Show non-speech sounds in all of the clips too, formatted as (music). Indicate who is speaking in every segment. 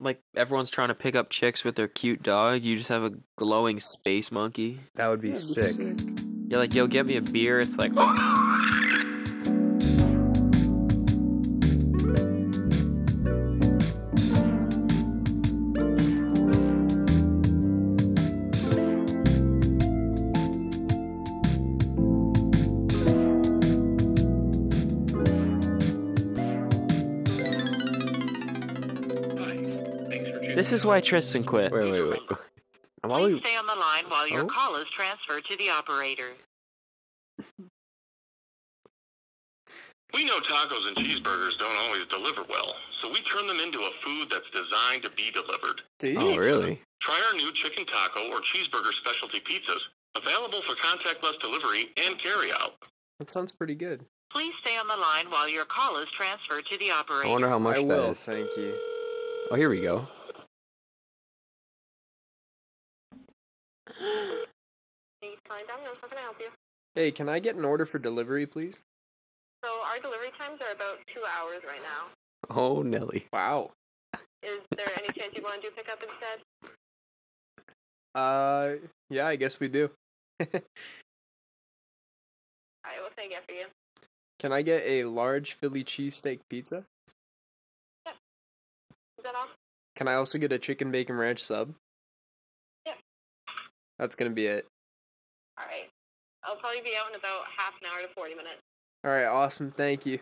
Speaker 1: like everyone's trying to pick up chicks with their cute dog. You just have a glowing space monkey.
Speaker 2: That would be sick.
Speaker 1: You're like, yo, get me a beer. It's like, (gasps) this is why Tristan quit.
Speaker 2: Wait, wait, wait. (laughs)
Speaker 1: I'm
Speaker 3: Please
Speaker 1: always
Speaker 3: stay on the line while your
Speaker 2: Oh.
Speaker 3: call is transferred to the operator.
Speaker 4: We know tacos and cheeseburgers don't always deliver well, so we turn them into a food that's designed to be delivered.
Speaker 5: Do you?
Speaker 2: Oh, really?
Speaker 4: Try our new chicken taco or cheeseburger specialty pizzas, available for contactless delivery and carryout.
Speaker 5: That sounds pretty good.
Speaker 3: Please stay on the line while your call is transferred to the
Speaker 2: I
Speaker 3: operator.
Speaker 2: wonder how much
Speaker 5: I
Speaker 2: that
Speaker 5: will.
Speaker 2: is.
Speaker 5: Thank you.
Speaker 2: Oh, here we go.
Speaker 6: Anytime, Domino's, how can I help you?
Speaker 5: Hey, can I get an order for delivery, please?
Speaker 6: So our delivery times are about two hours right now.
Speaker 2: Oh, Nelly.
Speaker 5: Wow.
Speaker 6: Is there any chance you want to do pickup instead?
Speaker 5: Uh, yeah, I guess we
Speaker 2: (laughs)
Speaker 5: do.
Speaker 6: I will say yes for you.
Speaker 5: Can I get a large Philly cheesesteak pizza?
Speaker 6: Is that all?
Speaker 5: Can I also get a chicken bacon ranch sub?
Speaker 6: Yeah.
Speaker 5: That's gonna be it.
Speaker 6: All right. I'll probably be out in about half an hour to 40 minutes.
Speaker 5: All right, awesome. Thank you.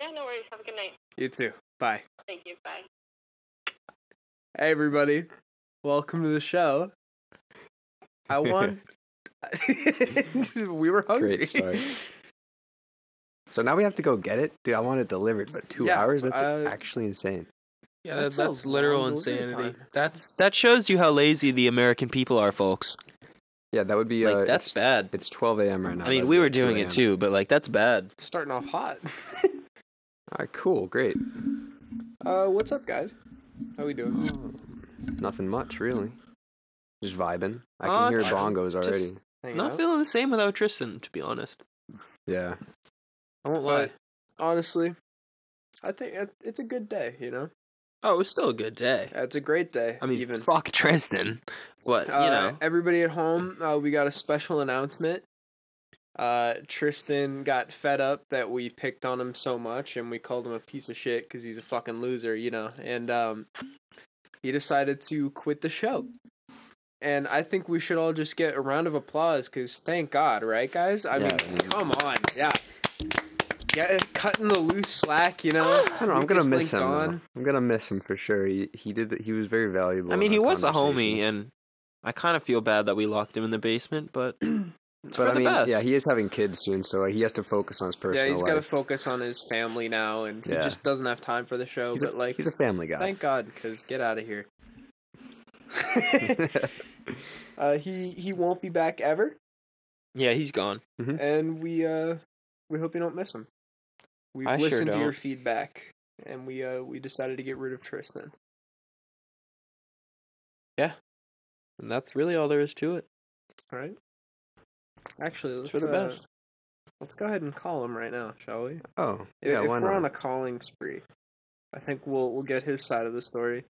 Speaker 6: Yeah, no worries. Have a good night.
Speaker 5: You too. Bye.
Speaker 6: Thank you. Bye.
Speaker 5: Hey, everybody. Welcome to the show. I won. we were hungry.
Speaker 1: (laughs)
Speaker 2: Great start. So now we have to go get it, dude. I want it delivered, but two
Speaker 5: Yeah,
Speaker 2: hours? That's
Speaker 5: uh,
Speaker 2: actually insane.
Speaker 1: yeah,
Speaker 5: that's
Speaker 1: that's,
Speaker 5: a
Speaker 1: literal
Speaker 5: long delivery
Speaker 1: insanity.
Speaker 5: time.
Speaker 1: That's that shows you how lazy the American people are, folks.
Speaker 2: Yeah, that would be.
Speaker 1: Like
Speaker 2: uh,
Speaker 1: that's
Speaker 2: it's,
Speaker 1: bad.
Speaker 2: it's 12 a.m. right now.
Speaker 1: I mean,
Speaker 2: That'd
Speaker 1: we
Speaker 2: be
Speaker 1: were
Speaker 2: at 2
Speaker 1: doing
Speaker 2: a.m..
Speaker 1: it too, but like that's bad.
Speaker 5: Starting off hot. (laughs)
Speaker 2: All right, cool, great.
Speaker 5: uh, what's up, guys? How we doing?
Speaker 2: Mm, Nothing much, really. Just vibing. I can
Speaker 1: Uh,
Speaker 2: hear
Speaker 1: just-
Speaker 2: bongos already.
Speaker 1: just-
Speaker 5: Hang
Speaker 1: Not
Speaker 5: out?
Speaker 1: feeling the same without Tristan, to be honest.
Speaker 2: Yeah.
Speaker 5: I won't
Speaker 1: But-
Speaker 5: lie. Honestly, I think it- it's a good day. You know,
Speaker 1: Oh, it was still a good day.
Speaker 5: Yeah, it's a great day.
Speaker 1: I mean,
Speaker 5: even
Speaker 1: fuck Tristan, but you
Speaker 5: Uh,
Speaker 1: know,
Speaker 5: everybody at home, uh, we got a special announcement. Uh, Tristan got fed up that we picked on him so much, and we called him a piece of shit because he's a fucking loser, you know. And um, he decided to quit the show. And I think we should all just get a round of applause because thank God, right, guys? I
Speaker 2: Yeah,
Speaker 5: mean,
Speaker 2: man.
Speaker 5: come on, yeah. Yeah, cutting the loose slack, you know.
Speaker 2: I don't know. (laughs) I'm gonna
Speaker 5: Lucas
Speaker 2: miss him.
Speaker 5: linked
Speaker 2: though.
Speaker 5: on.
Speaker 2: I'm gonna miss him for sure. He, he did. He was very valuable.
Speaker 1: I mean,
Speaker 2: in
Speaker 1: he
Speaker 2: our
Speaker 1: was a homie,
Speaker 2: conversations.
Speaker 1: and I kind of feel bad that we locked him in the basement, (clears throat) but it's for
Speaker 2: But I
Speaker 1: the
Speaker 2: mean,
Speaker 1: best.
Speaker 2: yeah, he is having kids soon, so he has to focus on his personal
Speaker 5: Yeah, he's got to
Speaker 2: life.
Speaker 5: focus on his family now, and he
Speaker 2: Yeah.
Speaker 5: just doesn't have time for the show.
Speaker 2: he's,
Speaker 5: but
Speaker 2: a,
Speaker 5: like,
Speaker 2: he's a family guy.
Speaker 5: Thank God, because get out of here. (laughs) uh, he he won't be back ever,
Speaker 1: yeah, he's gone.
Speaker 5: and we uh we hope you don't miss him. We
Speaker 1: I
Speaker 5: have
Speaker 1: sure
Speaker 5: listened to your
Speaker 1: don't.
Speaker 5: feedback, and we uh we decided to get rid of Tristan.
Speaker 1: And that's really all there is to (laughs) it.
Speaker 5: All right. Actually, let's
Speaker 1: for the
Speaker 5: uh,
Speaker 1: best.
Speaker 5: let's go ahead and call him right now, shall we?
Speaker 2: (laughs) oh,
Speaker 5: If,
Speaker 2: yeah.
Speaker 5: if
Speaker 2: Why
Speaker 5: we're on a
Speaker 2: not?
Speaker 5: calling spree, I think we'll we'll get his side of the story.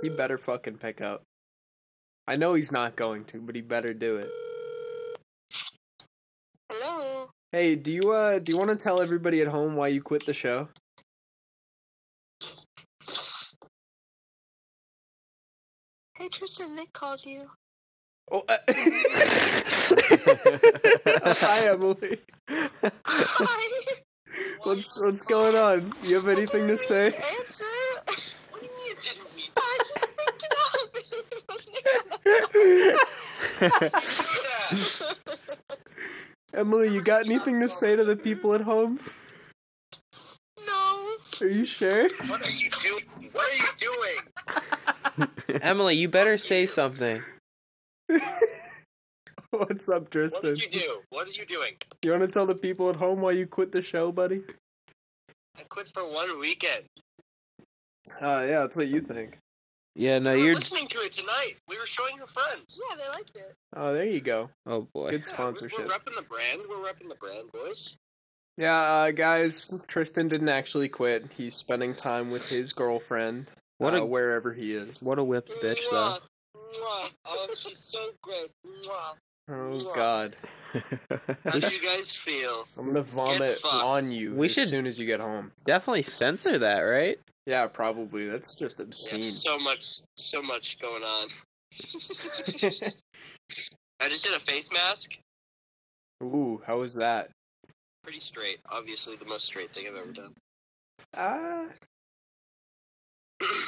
Speaker 5: He better fucking pick up. I know he's not going to, but he better do it.
Speaker 6: Hello.
Speaker 5: Hey, do you uh do you want to tell everybody at home why you quit the show?
Speaker 6: Hey, Tristan, Nick called
Speaker 5: (laughs)
Speaker 6: you. (laughs)
Speaker 5: Oh, uh, (laughs) hi Emily.
Speaker 6: Hi.
Speaker 5: What's what's going on? You have anything to
Speaker 4: (laughs)
Speaker 5: say?
Speaker 6: Answer. What do you mean you didn't mean I just picked it up. (laughs)
Speaker 5: Emily, you got anything to say to the people at home?
Speaker 6: no.
Speaker 5: Are you sure? (laughs)
Speaker 4: What are you doing? What are you doing?
Speaker 1: Emily, you better say something.
Speaker 5: What's up, Tristan?
Speaker 4: do? What are you doing?
Speaker 5: You want to tell the people at home why you quit the show, buddy?
Speaker 4: I quit for one weekend.
Speaker 5: Uh, yeah, that's what you think.
Speaker 1: Yeah, no,
Speaker 4: we were
Speaker 1: you're.
Speaker 4: listening to it tonight. We were showing her friends.
Speaker 6: Yeah, they liked it.
Speaker 5: Oh, there you go.
Speaker 1: Oh boy.
Speaker 5: Good
Speaker 4: Yeah,
Speaker 5: sponsorship.
Speaker 4: We're, we're repping the brand. We're repping the brand, boys.
Speaker 5: Yeah, uh, guys, Tristan didn't actually quit. He's spending time with his girlfriend,
Speaker 1: What
Speaker 5: uh,
Speaker 1: a-
Speaker 5: wherever he is.
Speaker 1: What a whipped bitch, though.
Speaker 6: Mwah,
Speaker 1: (laughs)
Speaker 6: mwah. Oh, she's so great. Mwah.
Speaker 5: Oh
Speaker 6: Yeah.
Speaker 5: God,
Speaker 4: How do you guys feel?
Speaker 5: I'm gonna vomit
Speaker 4: fucked.
Speaker 5: on you
Speaker 1: We
Speaker 5: as
Speaker 1: should-
Speaker 5: soon as you get home.
Speaker 1: Definitely censor that, right?
Speaker 5: Yeah, probably. That's just
Speaker 4: Yeah,
Speaker 5: obscene.
Speaker 4: so much, so much
Speaker 5: (laughs)
Speaker 4: going on. I just did a face mask.
Speaker 5: Ooh, how was that?
Speaker 4: Pretty straight. Obviously, the most straight thing I've ever done.
Speaker 5: Ah. (clears throat)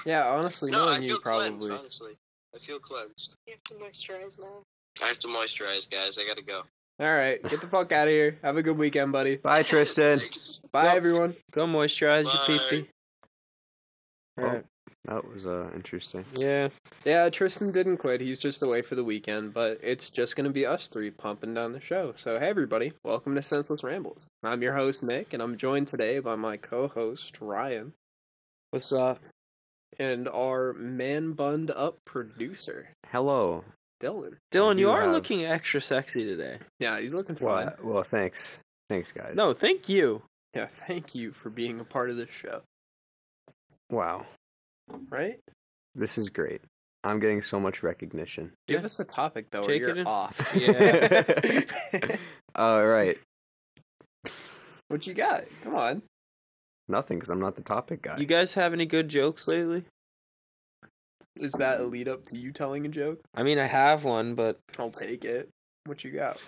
Speaker 5: Yeah, honestly,
Speaker 4: Uh, no, I
Speaker 5: knowing
Speaker 4: feel
Speaker 5: you probably.
Speaker 4: cleansed. Honestly, I feel cleansed.
Speaker 6: You have to moisturize now.
Speaker 4: I have to moisturize, guys. I gotta go.
Speaker 5: All right, get the fuck out of here. Have a good weekend, buddy.
Speaker 2: Bye, Tristan.
Speaker 4: Thanks.
Speaker 5: Bye,
Speaker 1: Yep.
Speaker 5: everyone.
Speaker 1: Go moisturize your
Speaker 4: Bye.
Speaker 1: pee pee.
Speaker 2: Oh, that was uh, interesting.
Speaker 5: Yeah. Yeah, Tristan didn't quit. He's just away for the weekend, but it's just going to be us three pumping down the show. So, hey, everybody, welcome to Senseless Rambles. I'm your host, Nick, and I'm joined today by my co host, Ryan. What's up? And our man bunned up producer,
Speaker 2: Hello.
Speaker 5: Dylan.
Speaker 1: Dylan, you
Speaker 2: do
Speaker 1: are
Speaker 2: have-
Speaker 1: looking extra sexy today.
Speaker 5: Yeah, he's looking
Speaker 2: Well,
Speaker 5: fine.
Speaker 2: uh, well, thanks. Thanks, guys.
Speaker 1: No, thank you.
Speaker 5: Yeah, thank you for being a part of this show,
Speaker 2: Wow.
Speaker 5: right?
Speaker 2: This is great. I'm getting so much recognition.
Speaker 5: Give
Speaker 1: Yeah.
Speaker 5: us a topic, though,
Speaker 1: Take
Speaker 5: or
Speaker 1: it in. (laughs)
Speaker 5: you're off.
Speaker 1: Yeah. (laughs)
Speaker 2: All right.
Speaker 5: (laughs) what you got? Come on.
Speaker 2: Nothing, because I'm not the topic guy.
Speaker 1: You guys have any good jokes lately?
Speaker 5: Is that a lead up to you telling a joke?
Speaker 1: I mean, I have one, but
Speaker 5: I'll take it. What you got?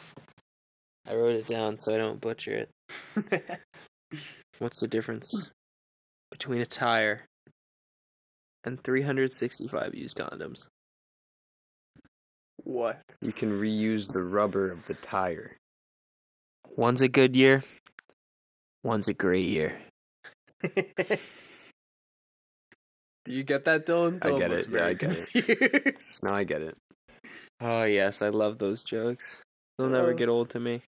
Speaker 1: I wrote it down so I don't butcher it.
Speaker 5: (laughs)
Speaker 1: What's the difference between a tire and 365 used condoms?
Speaker 5: what?
Speaker 2: you can reuse the rubber of the tire.
Speaker 1: One's a good year, one's a great year.
Speaker 5: (laughs) Do you get that, Dylan?
Speaker 2: I
Speaker 5: Dylan
Speaker 2: get
Speaker 5: looks
Speaker 2: it. Yeah,
Speaker 5: very
Speaker 2: I get it.
Speaker 5: confused.
Speaker 2: Now I get it.
Speaker 1: Oh, yes, I love those jokes. They'll never
Speaker 5: Oh.
Speaker 1: get old to me.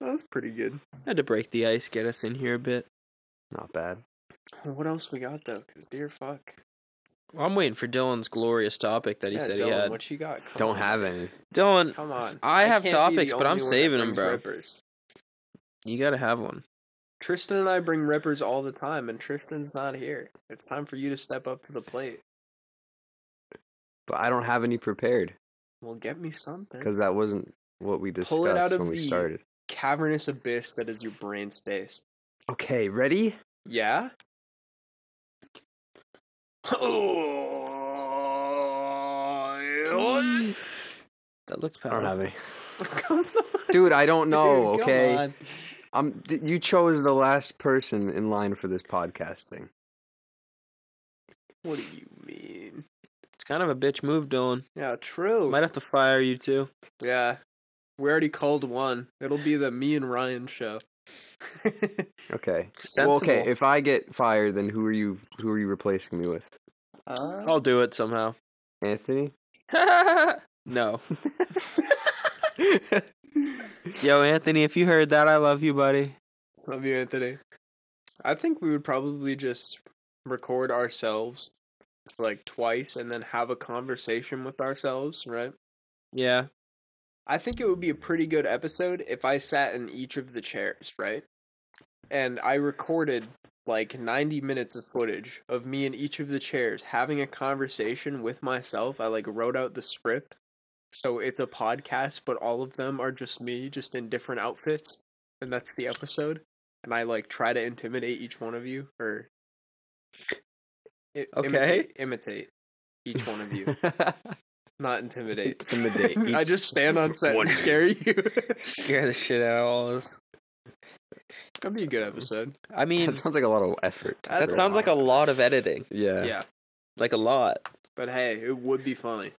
Speaker 5: that was pretty good.
Speaker 1: I had to break the ice, get us in here a bit.
Speaker 2: Not bad.
Speaker 5: What else we got though? Cause dear fuck.
Speaker 1: Well, I'm waiting for Dylan's glorious topic that he
Speaker 5: Yeah,
Speaker 1: said
Speaker 5: Dylan,
Speaker 1: he had.
Speaker 5: What you got? Come
Speaker 2: Don't
Speaker 5: on.
Speaker 2: have any.
Speaker 1: Dylan,
Speaker 5: Come on.
Speaker 1: I have
Speaker 5: can't be the
Speaker 1: topics, but I'm
Speaker 5: only one that
Speaker 1: saving 'em,
Speaker 5: brings
Speaker 1: bro.
Speaker 5: Rippers.
Speaker 1: you gotta have one.
Speaker 5: Tristan and I bring rippers all the time, and Tristan's not here. It's time for you to step up to the plate.
Speaker 2: But I don't have any prepared
Speaker 5: Well, get me something.
Speaker 2: because that wasn't what we discussed
Speaker 5: Pull it out of
Speaker 2: when we
Speaker 5: the-
Speaker 2: started.
Speaker 5: Cavernous abyss that is your brain space.
Speaker 2: Okay, ready?
Speaker 5: Yeah. (laughs)
Speaker 1: That looked
Speaker 2: I don't
Speaker 1: powerful.
Speaker 2: have any.
Speaker 5: Come on.
Speaker 2: (laughs) Dude, I don't know,
Speaker 5: Dude, come
Speaker 2: okay?
Speaker 5: on.
Speaker 2: I'm th- you chose the last person in line for this podcast thing.
Speaker 5: What do you mean?
Speaker 1: It's kind of a bitch move, Dylan.
Speaker 5: Yeah, true.
Speaker 1: Might have to fire you too.
Speaker 5: Yeah. We already called one. It'll be the me and Ryan show. Oh,
Speaker 2: Okay.
Speaker 1: Sensible.
Speaker 2: Well, okay, if I get fired, then who are you who are you replacing me with?
Speaker 5: uh,
Speaker 1: I'll do it somehow.
Speaker 2: Anthony?
Speaker 1: no.
Speaker 5: (laughs)
Speaker 1: Yo, Anthony, if you heard that, I love you,
Speaker 5: (laughs)
Speaker 1: buddy.
Speaker 5: love you, Anthony. I think we would probably just record ourselves like twice and then have a conversation with ourselves, right?
Speaker 1: Yeah.
Speaker 5: I think it would be a pretty good episode if I sat in each of the chairs, right? And I recorded like 90 minutes of footage of me in each of the chairs having a conversation with myself. I like wrote out the script. So it's a podcast, but all of them are just me, just in different outfits. And that's the episode. And I like try to intimidate each one of you or. i-
Speaker 1: Okay.
Speaker 5: Imitate, imitate each one of you, not intimidate.
Speaker 2: Intimidate.
Speaker 5: (laughs) I
Speaker 2: each-
Speaker 5: just stand on set
Speaker 2: One.
Speaker 5: and scare
Speaker 2: (laughs)
Speaker 5: you.
Speaker 1: Scare the shit out of all of us.
Speaker 5: That'd be a good episode.
Speaker 1: I mean,
Speaker 2: that sounds like a lot of effort.
Speaker 1: that sounds like a lot of editing.
Speaker 2: yeah.
Speaker 5: Yeah.
Speaker 1: Like a lot.
Speaker 5: But hey, it would be funny.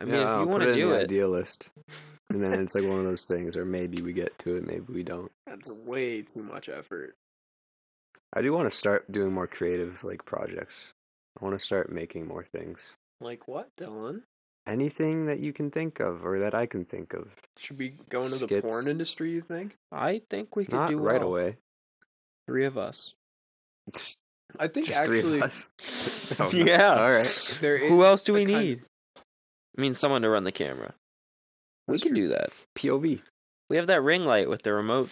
Speaker 1: I mean,
Speaker 2: Yeah,
Speaker 1: if
Speaker 2: I'll
Speaker 1: you
Speaker 2: put
Speaker 1: want to
Speaker 2: in
Speaker 1: do
Speaker 2: the
Speaker 1: it,
Speaker 2: idea list. and then it's like one of those things, or maybe we get to it, maybe we don't.
Speaker 5: That's way too much effort.
Speaker 2: I do want to start doing more creative like projects. I want to start making more things.
Speaker 5: Like what, Dylan?
Speaker 2: Anything that you can think of, or that I can think of,
Speaker 5: Should we go into the
Speaker 2: Skits.
Speaker 5: porn industry, you think?
Speaker 1: I think we could
Speaker 2: not
Speaker 1: do uh,
Speaker 2: right
Speaker 1: well.
Speaker 2: away.
Speaker 1: Three of us.
Speaker 5: I
Speaker 1: (laughs)
Speaker 5: think
Speaker 2: Just three
Speaker 5: actually
Speaker 2: of us. Oh, no.
Speaker 1: Yeah.
Speaker 2: All right.
Speaker 5: there is.
Speaker 1: Who else do
Speaker 5: the
Speaker 1: we
Speaker 5: kind of-
Speaker 1: need? I mean, someone to run the camera. We can do that.
Speaker 2: POV.
Speaker 1: We have that ring light with the remote.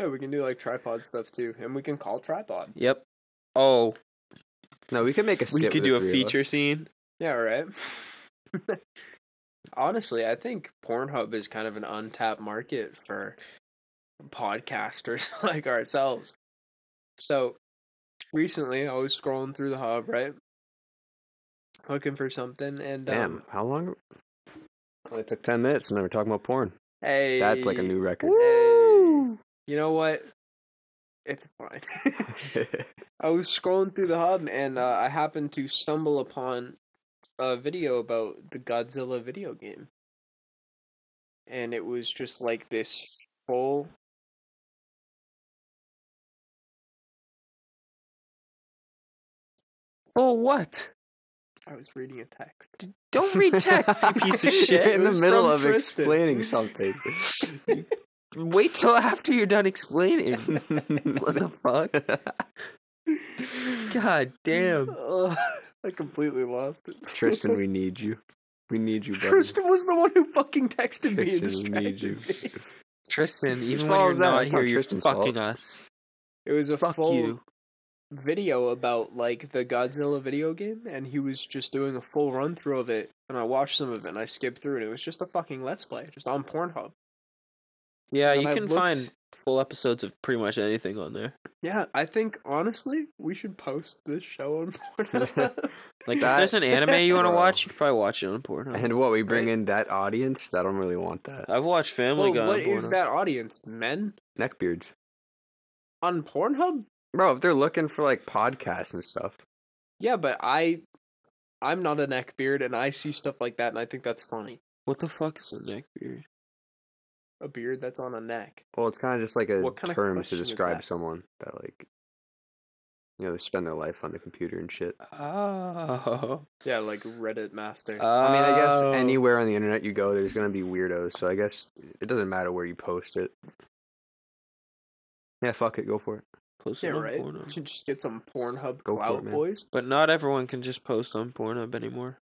Speaker 5: Yeah, we can do like tripod stuff too, and we can call tripod.
Speaker 1: Yep. Oh,
Speaker 2: No, we could make a.
Speaker 1: we
Speaker 2: Skit
Speaker 1: could do
Speaker 2: with the
Speaker 1: a
Speaker 2: three of us.
Speaker 1: feature scene.
Speaker 5: Yeah, right. (laughs) Honestly, I think Pornhub is kind of an untapped market for podcasters (laughs) like ourselves. So recently, I was scrolling through the hub, right, looking for something, and
Speaker 2: Damn,
Speaker 5: um,
Speaker 2: how long? Only took ten minutes, and then we're talking about porn.
Speaker 5: hey,
Speaker 2: That's like a new record. (laughs)
Speaker 5: Woo! You know what? It's fine. I was scrolling through the hub and uh, I happened to stumble upon a video about the Godzilla video game. And it was just like this full.
Speaker 1: For what?
Speaker 5: I was reading a text.
Speaker 1: Don't read (laughs) text, you piece of shit.
Speaker 2: You're in
Speaker 1: It
Speaker 2: the
Speaker 1: was
Speaker 2: middle
Speaker 1: from
Speaker 2: of
Speaker 1: Tristan.
Speaker 2: explaining something.
Speaker 1: (laughs) Wait till after you're done
Speaker 2: (laughs)
Speaker 1: explaining. what the fuck? God damn.
Speaker 5: Ugh, (laughs) I completely lost it. (laughs)
Speaker 2: (laughs) Tristan, we need you. We need you, brother.
Speaker 5: Tristan was the one who fucking texted me and
Speaker 2: Tristan, we need
Speaker 5: distracted
Speaker 2: you.
Speaker 5: me.
Speaker 1: Tristan, even when you're
Speaker 2: follows that?
Speaker 1: not
Speaker 2: It's
Speaker 1: here,
Speaker 2: not
Speaker 1: you're
Speaker 2: Tristan's fault.
Speaker 1: fucking us.
Speaker 5: It was a
Speaker 1: Fuck
Speaker 5: full
Speaker 1: you.
Speaker 5: video about like the Godzilla video game, and he was just doing a full run through of it. And I watched some of it, and I skipped through, and it was just a fucking let's play, just on Pornhub.
Speaker 1: Yeah,
Speaker 5: And
Speaker 1: you
Speaker 5: I
Speaker 1: can
Speaker 5: looked-
Speaker 1: find full episodes of pretty much anything on there.
Speaker 5: Yeah, I think honestly, we should post this show on (laughs)
Speaker 1: (laughs)
Speaker 5: Pornhub.
Speaker 1: Like, if
Speaker 2: That-
Speaker 1: there's
Speaker 5: (laughs)
Speaker 1: an anime you want to
Speaker 2: Bro.
Speaker 1: watch, you can probably watch it on Pornhub.
Speaker 2: And what we bring in that audience? I don't really want that.
Speaker 1: I've watched Family
Speaker 5: well,
Speaker 1: Guy. on
Speaker 5: what is
Speaker 1: Oh Pornhub.
Speaker 5: that audience? Men
Speaker 2: Neckbeards,
Speaker 5: on Pornhub?
Speaker 2: bro. If they're looking for like podcasts and stuff,
Speaker 5: Yeah, but I, I'm not a neckbeard, and I see stuff like that, and I think that's funny.
Speaker 1: What the fuck is a neck beard?
Speaker 5: A beard that's on a neck.
Speaker 2: well, it's kind of just like a
Speaker 5: What kind of
Speaker 2: term to
Speaker 5: question is
Speaker 2: describe
Speaker 5: that?
Speaker 2: someone that like, you know, they spend their life on the computer and shit.
Speaker 1: Oh.
Speaker 5: Yeah, like Reddit master.
Speaker 2: I mean, I guess anywhere on the internet you go, there's gonna be weirdos. So I guess it doesn't matter where you post it. Yeah, fuck it, go for it.
Speaker 1: Post it
Speaker 5: yeah,
Speaker 1: on
Speaker 5: right.
Speaker 1: Pornhub.
Speaker 5: You should just get some Pornhub
Speaker 2: Go for
Speaker 5: clout
Speaker 2: it, man.
Speaker 5: boys.
Speaker 1: But not everyone can just post on Pornhub anymore.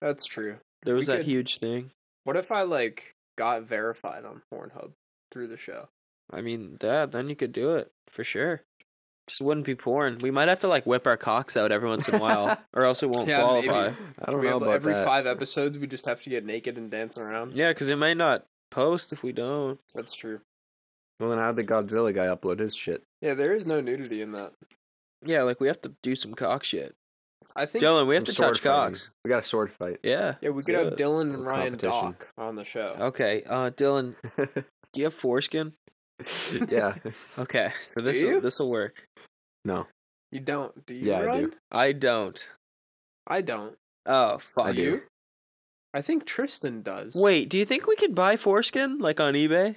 Speaker 5: That's true.
Speaker 1: There was
Speaker 5: We
Speaker 1: that
Speaker 5: could-
Speaker 1: huge thing.
Speaker 5: What if I like got verified on Pornhub through the show?
Speaker 1: I mean, that then you could do it for sure. Just wouldn't be porn. We might have to like whip our cocks out every once in a
Speaker 5: (laughs)
Speaker 1: while, or else it won't
Speaker 5: Yeah, maybe.
Speaker 1: qualify.
Speaker 2: I don't
Speaker 5: we
Speaker 2: know
Speaker 5: have,
Speaker 2: about
Speaker 5: every
Speaker 2: that.
Speaker 5: five episodes, we just have to get naked and dance around.
Speaker 1: Yeah, because it might not post if we don't.
Speaker 5: That's true.
Speaker 2: Well, then how would the Godzilla guy upload his shit?
Speaker 5: Yeah, there is no nudity in that.
Speaker 1: Yeah, like we have to do some cock shit.
Speaker 5: I think.
Speaker 1: Dylan, we have
Speaker 2: Some
Speaker 1: to
Speaker 2: sword
Speaker 1: touch
Speaker 2: fighting.
Speaker 1: cocks.
Speaker 2: We got a sword fight.
Speaker 1: Yeah.
Speaker 5: yeah, we
Speaker 1: let's
Speaker 5: could
Speaker 1: do
Speaker 5: have
Speaker 1: it.
Speaker 5: Dylan and Ryan
Speaker 2: competition.
Speaker 5: Dock on the show.
Speaker 1: Okay, uh,
Speaker 5: (laughs)
Speaker 1: Dylan, do you have foreskin?
Speaker 2: yeah.
Speaker 1: Okay, so
Speaker 5: Do
Speaker 1: this
Speaker 5: you?
Speaker 1: this will work.
Speaker 2: No.
Speaker 5: You don't, do you?
Speaker 2: Yeah, I do.
Speaker 5: Ryan?
Speaker 1: I don't.
Speaker 5: I don't.
Speaker 1: Oh fuck.
Speaker 2: I do.
Speaker 5: You? I think Tristan does.
Speaker 1: Wait, do you think we could buy foreskin like on eBay?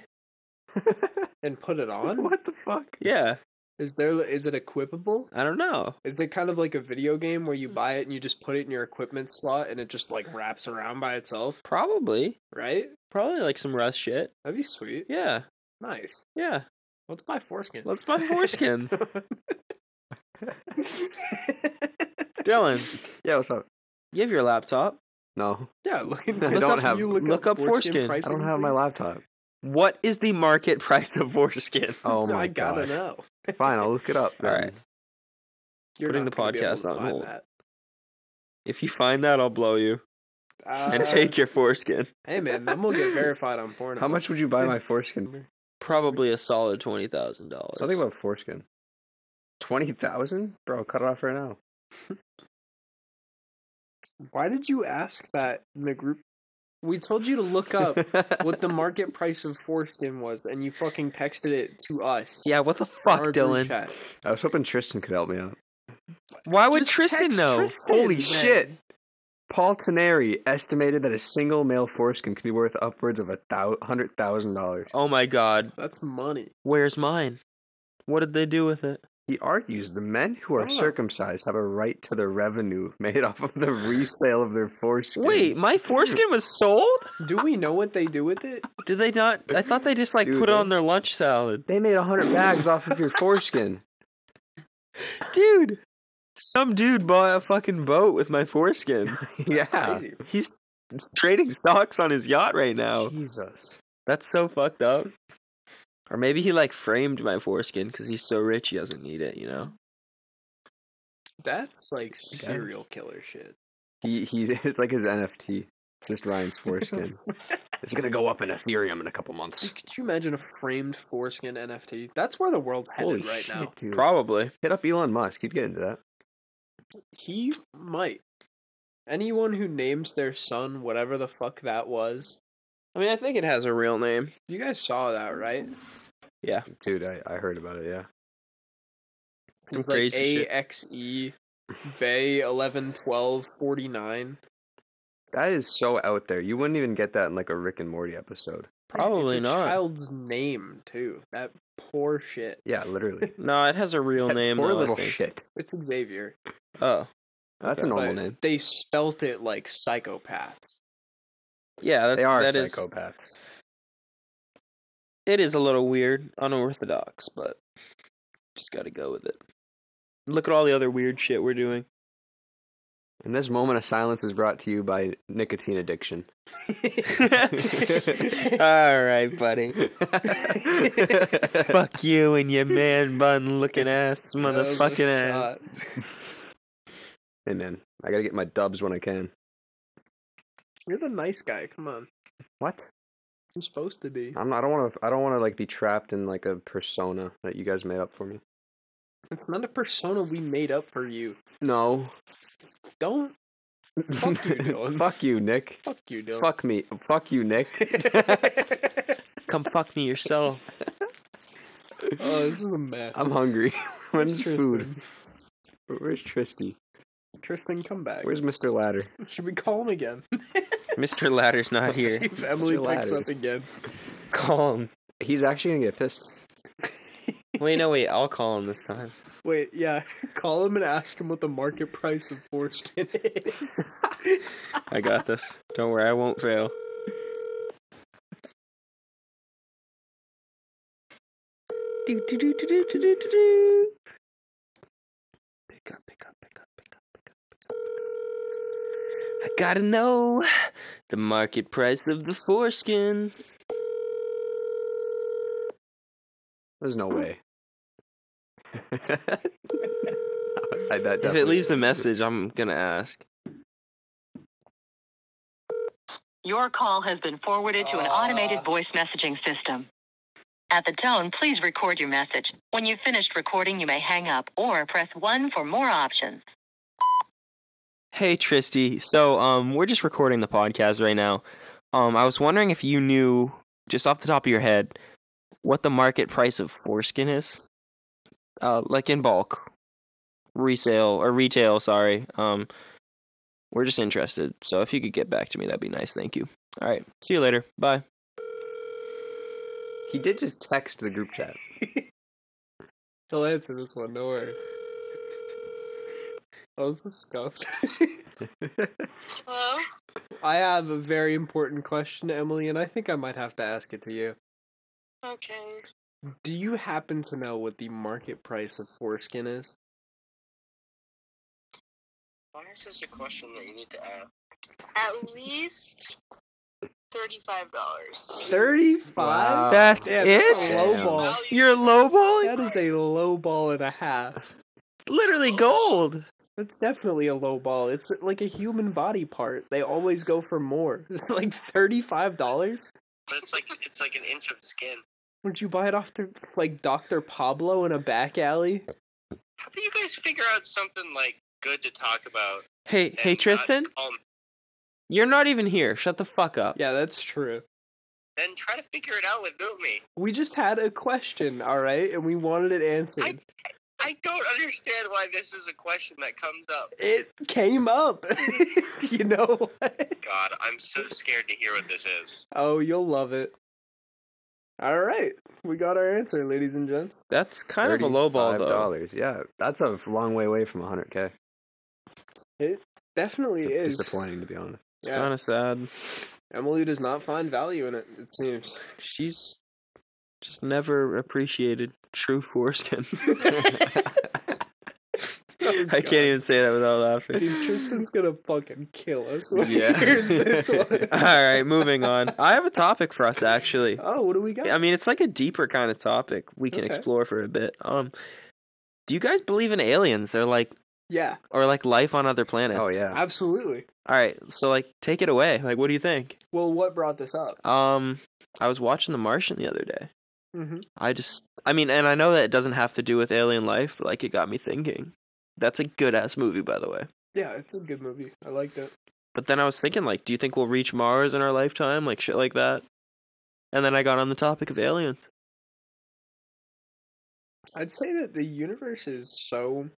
Speaker 5: (laughs) and put it
Speaker 2: (laughs)
Speaker 5: on.
Speaker 2: the Uh, fuck?
Speaker 1: Yeah,
Speaker 5: Is there? Is it equipable?
Speaker 1: I don't know.
Speaker 5: Is it kind of like a video game where
Speaker 2: Hmm.
Speaker 5: you buy it and you just put it in your equipment slot and it just like wraps around by itself?
Speaker 1: Probably,
Speaker 5: Right?
Speaker 1: probably like some rust shit.
Speaker 5: That'd be sweet.
Speaker 1: Yeah,
Speaker 5: Nice.
Speaker 1: yeah.
Speaker 5: Let's buy foreskin.
Speaker 1: Let's buy foreskin, Dylan.
Speaker 2: Yeah, what's up?
Speaker 1: You have your laptop.
Speaker 2: No.
Speaker 5: (laughs) yeah, look, look
Speaker 2: (laughs) I don't
Speaker 5: up,
Speaker 2: have-
Speaker 5: you look,
Speaker 1: look
Speaker 5: up
Speaker 1: up
Speaker 5: foreskin.
Speaker 1: foreskin. I
Speaker 2: I
Speaker 5: pricing,
Speaker 2: don't have my
Speaker 5: please.
Speaker 2: laptop.
Speaker 1: What is the market price of foreskin?
Speaker 2: Oh
Speaker 5: (laughs)
Speaker 2: my
Speaker 5: I gotta
Speaker 2: god.
Speaker 5: know.
Speaker 2: Fine, I'll look it up.
Speaker 1: All
Speaker 2: then.
Speaker 1: right.
Speaker 5: You're
Speaker 1: Putting
Speaker 5: not
Speaker 1: the
Speaker 5: gonna be able
Speaker 1: podcast
Speaker 5: to
Speaker 1: on
Speaker 5: buy
Speaker 1: hold.
Speaker 5: that.
Speaker 1: If you find that, I'll blow you and
Speaker 5: Uh,
Speaker 1: take your foreskin.
Speaker 5: Hey man, then we'll get
Speaker 1: (laughs)
Speaker 5: verified on Pornhub.
Speaker 2: How much would you buy my foreskin?
Speaker 1: Probably a solid twenty thousand dollars.
Speaker 2: Something about foreskin. Twenty thousand, bro. Cut it off right now.
Speaker 5: Why did you ask that in the group? We told you to look up
Speaker 1: (laughs)
Speaker 5: (laughs) what the market price of foreskin was, and you fucking texted it to us.
Speaker 1: yeah, what the
Speaker 5: Our
Speaker 1: fuck,
Speaker 5: group
Speaker 1: Dylan?
Speaker 5: chat.
Speaker 2: I was hoping Tristan could help me out.
Speaker 1: Why would
Speaker 5: Just
Speaker 1: Tristan
Speaker 5: text
Speaker 1: know?
Speaker 5: Tristan,
Speaker 2: Holy
Speaker 5: man.
Speaker 2: shit! Paul Teneri estimated that a single male foreskin could be worth upwards of a hundred thousand dollars.
Speaker 1: Oh my god,
Speaker 5: That's money.
Speaker 1: where's mine? What did they do with it?
Speaker 2: He argues the men who are
Speaker 5: Oh.
Speaker 2: circumcised have a right to the revenue made (laughs) off of the resale of their foreskins.
Speaker 1: Wait, my foreskin was sold?
Speaker 5: Do we know what they do with it?
Speaker 1: Did they not? I thought they just like
Speaker 2: Dude,
Speaker 1: put it
Speaker 2: they-
Speaker 1: on their lunch salad.
Speaker 2: (laughs) they made a hundred bags off of your foreskin.
Speaker 1: dude. Some dude bought a fucking boat with my foreskin. (laughs)
Speaker 2: yeah.
Speaker 5: Crazy.
Speaker 2: He's trading stocks on his yacht right now.
Speaker 5: Jesus.
Speaker 1: That's so fucked up. Or maybe he like framed my foreskin because he's so rich he doesn't need it. You know.
Speaker 5: That's like serial killer shit.
Speaker 2: He he it's like his NFT. It's just
Speaker 1: (laughs)
Speaker 2: Ryan's foreskin. it's gonna go up in Ethereum in a couple months.
Speaker 5: Dude, could you imagine a framed foreskin NFT? That's where the world's headed
Speaker 2: Holy
Speaker 5: right
Speaker 2: shit,
Speaker 5: now.
Speaker 2: dude.
Speaker 1: Probably.
Speaker 2: Hit up Elon Musk. He'd get into that.
Speaker 5: He might. Anyone who names their son whatever the fuck that was.
Speaker 1: I mean, I think it has a real name.
Speaker 5: You guys saw that, right?
Speaker 2: Dude, I, I heard about it, yeah.
Speaker 1: Some
Speaker 5: It's
Speaker 1: crazy
Speaker 5: like
Speaker 1: shit.
Speaker 5: AXE Bay eleven twelve forty nine.
Speaker 2: That is so out there. You wouldn't even get that in like a Rick and Morty episode.
Speaker 1: Probably
Speaker 5: it's a
Speaker 1: not.
Speaker 5: Child's name too. That poor shit.
Speaker 1: (laughs)
Speaker 2: Yeah, literally.
Speaker 1: No, it has a real
Speaker 2: That
Speaker 1: name.
Speaker 2: Poor
Speaker 1: though, I
Speaker 2: little
Speaker 1: think.
Speaker 2: shit.
Speaker 5: It's Xavier.
Speaker 1: Oh,
Speaker 2: That's a normal
Speaker 5: but
Speaker 2: name.
Speaker 5: They spelt it like psychopaths.
Speaker 1: yeah. That,
Speaker 2: They are
Speaker 1: that is-
Speaker 2: psychopaths.
Speaker 1: it is a little weird, unorthodox, but just got to go with it. Look at all the other weird shit we're doing. (laughs)
Speaker 2: And this moment of silence is brought to you by
Speaker 1: (laughs)
Speaker 2: nicotine addiction. (laughs)
Speaker 1: all right, buddy. Fuck you and your man bun looking ass, motherfucking ass.
Speaker 5: Uh,
Speaker 2: Hey man, I gotta get my dubs when I can.
Speaker 5: You're the nice guy. Come on.
Speaker 2: What?
Speaker 5: You're supposed to be.
Speaker 2: I'm not, I don't want to. I don't want to like be trapped in like a persona that you guys made up for me.
Speaker 5: It's not a persona we made up for you.
Speaker 2: (laughs) No.
Speaker 5: Don't Fuck you, Dylan.
Speaker 2: (laughs) Fuck you, Nick.
Speaker 5: fuck you, Dylan.
Speaker 2: Fuck me. Fuck you,
Speaker 1: (laughs)
Speaker 2: Nick.
Speaker 1: Come fuck me yourself.
Speaker 5: (laughs)
Speaker 1: Uh,
Speaker 5: Oh, this is a mess.
Speaker 2: (laughs) I'm hungry. (laughs) When's
Speaker 5: Where's
Speaker 2: food? Where's Tristy?
Speaker 5: Tristan, come back.
Speaker 2: Where's Mr. Ladder?
Speaker 5: (laughs) Should we call him
Speaker 1: (laughs)
Speaker 5: again?
Speaker 1: Mr. Ladder's not
Speaker 5: See
Speaker 1: here.
Speaker 5: if Emily
Speaker 2: Mr.
Speaker 5: picks up
Speaker 2: Ladders.
Speaker 5: again.
Speaker 1: Call him.
Speaker 2: He's actually gonna get pissed.
Speaker 1: Wait, no, wait. I'll call him this time.
Speaker 5: Wait, yeah. (laughs) Call him and ask him what the market price of foreskin
Speaker 1: (laughs)
Speaker 5: is.
Speaker 1: I got this. Don't worry, I won't fail. Pick up, pick up, pick up, pick up, pick up, pick up, pick up. I gotta know the market price of the foreskin.
Speaker 2: There's no way. (laughs) I, that
Speaker 1: If it leaves a message, I'm gonna ask.
Speaker 3: Your call has been forwarded to an
Speaker 5: Aw.
Speaker 3: automated voice messaging system. At the tone, please record your message. When you've finished recording, you may hang up or press 1 for more options.
Speaker 1: Hey Tristy, so um we're just recording the podcast right now. Um I was wondering if you knew just off the top of your head what the market price of foreskin is? Uh like in bulk. Resale or retail, sorry. Um we're just interested. So if you could get back to me that'd be nice. Thank you. All right. See you later. Bye.
Speaker 2: he did just text the group chat.
Speaker 5: He'll answer this one, don't worry. Oh, this is scuffed.
Speaker 6: Hello?
Speaker 5: (laughs) I have a very important question, Emily, and I think I might have to ask it to you.
Speaker 6: Okay.
Speaker 5: Do you happen to know what the market price of foreskin is?
Speaker 4: Why is this a question that you need to ask?
Speaker 6: At least thirty-five dollars.
Speaker 5: Thirty-five.
Speaker 2: Wow.
Speaker 1: That's
Speaker 5: Yeah,
Speaker 1: it?
Speaker 5: that's a low ball.
Speaker 1: You're
Speaker 5: That
Speaker 1: lowballing?
Speaker 5: is a low ball and a half.
Speaker 1: It's literally gold.
Speaker 5: That's definitely a low ball. It's like a human body part. They always go for more. (laughs) It's like thirty-five dollars.
Speaker 4: But it's like it's like an inch of skin.
Speaker 5: Would you buy it off to like Doctor Pablo in a back alley?
Speaker 4: How do you guys figure out something like good to talk about?
Speaker 1: Hey, hey
Speaker 4: and not
Speaker 1: Tristan,
Speaker 4: call me?
Speaker 1: you're not even here. Shut the fuck up.
Speaker 5: um, Yeah, that's true.
Speaker 4: then try to figure it out without me.
Speaker 5: We just had a question, all right, and we wanted it answered.
Speaker 4: I don't understand why this is a question that comes up.
Speaker 5: It came up. (laughs) you know what?
Speaker 4: God, I'm so scared to hear what this is.
Speaker 5: Oh, you'll love it. All right, we got our answer, ladies and gents.
Speaker 1: That's kind of a low ball
Speaker 2: $35.
Speaker 1: though.
Speaker 2: Yeah, that's a long way away from 100k.
Speaker 5: Definitely
Speaker 2: It's
Speaker 5: is.
Speaker 2: disappointing to be honest.
Speaker 5: Yeah.
Speaker 1: Kind of sad.
Speaker 5: Emily does not find value in it. It seems.
Speaker 1: She's
Speaker 5: (laughs)
Speaker 1: (laughs)
Speaker 5: Oh,
Speaker 1: just never appreciated true foreskin. I can't even say that without laughing. (laughs)
Speaker 5: Dude, Tristan's gonna fucking kill us. when he
Speaker 2: Yeah.
Speaker 5: hears this one.
Speaker 1: All right, moving
Speaker 5: (laughs)
Speaker 1: on. I have a topic for us actually.
Speaker 5: Oh, what do we got?
Speaker 1: I mean, it's like a deeper kind of topic we can
Speaker 5: Okay.
Speaker 1: explore for a bit. Um, do you guys believe in aliens or like
Speaker 5: yeah,
Speaker 1: or like life on other planets?
Speaker 2: Oh yeah.
Speaker 5: absolutely.
Speaker 1: All right, so like take it away. Like, what do you think?
Speaker 5: Well, what brought this up?
Speaker 1: Um, I was watching The Martian the other day.
Speaker 5: Mm-hmm.
Speaker 1: I just, I mean, and I know that it doesn't have to do with alien life, but like it got me thinking. That's a good ass movie, by the way.
Speaker 5: Yeah, it's a good movie. I liked it.
Speaker 1: But then I was thinking, like, do you think we'll reach Mars in our lifetime? Like, shit like that. And then I got on the topic of aliens.
Speaker 5: I'd say that the universe is so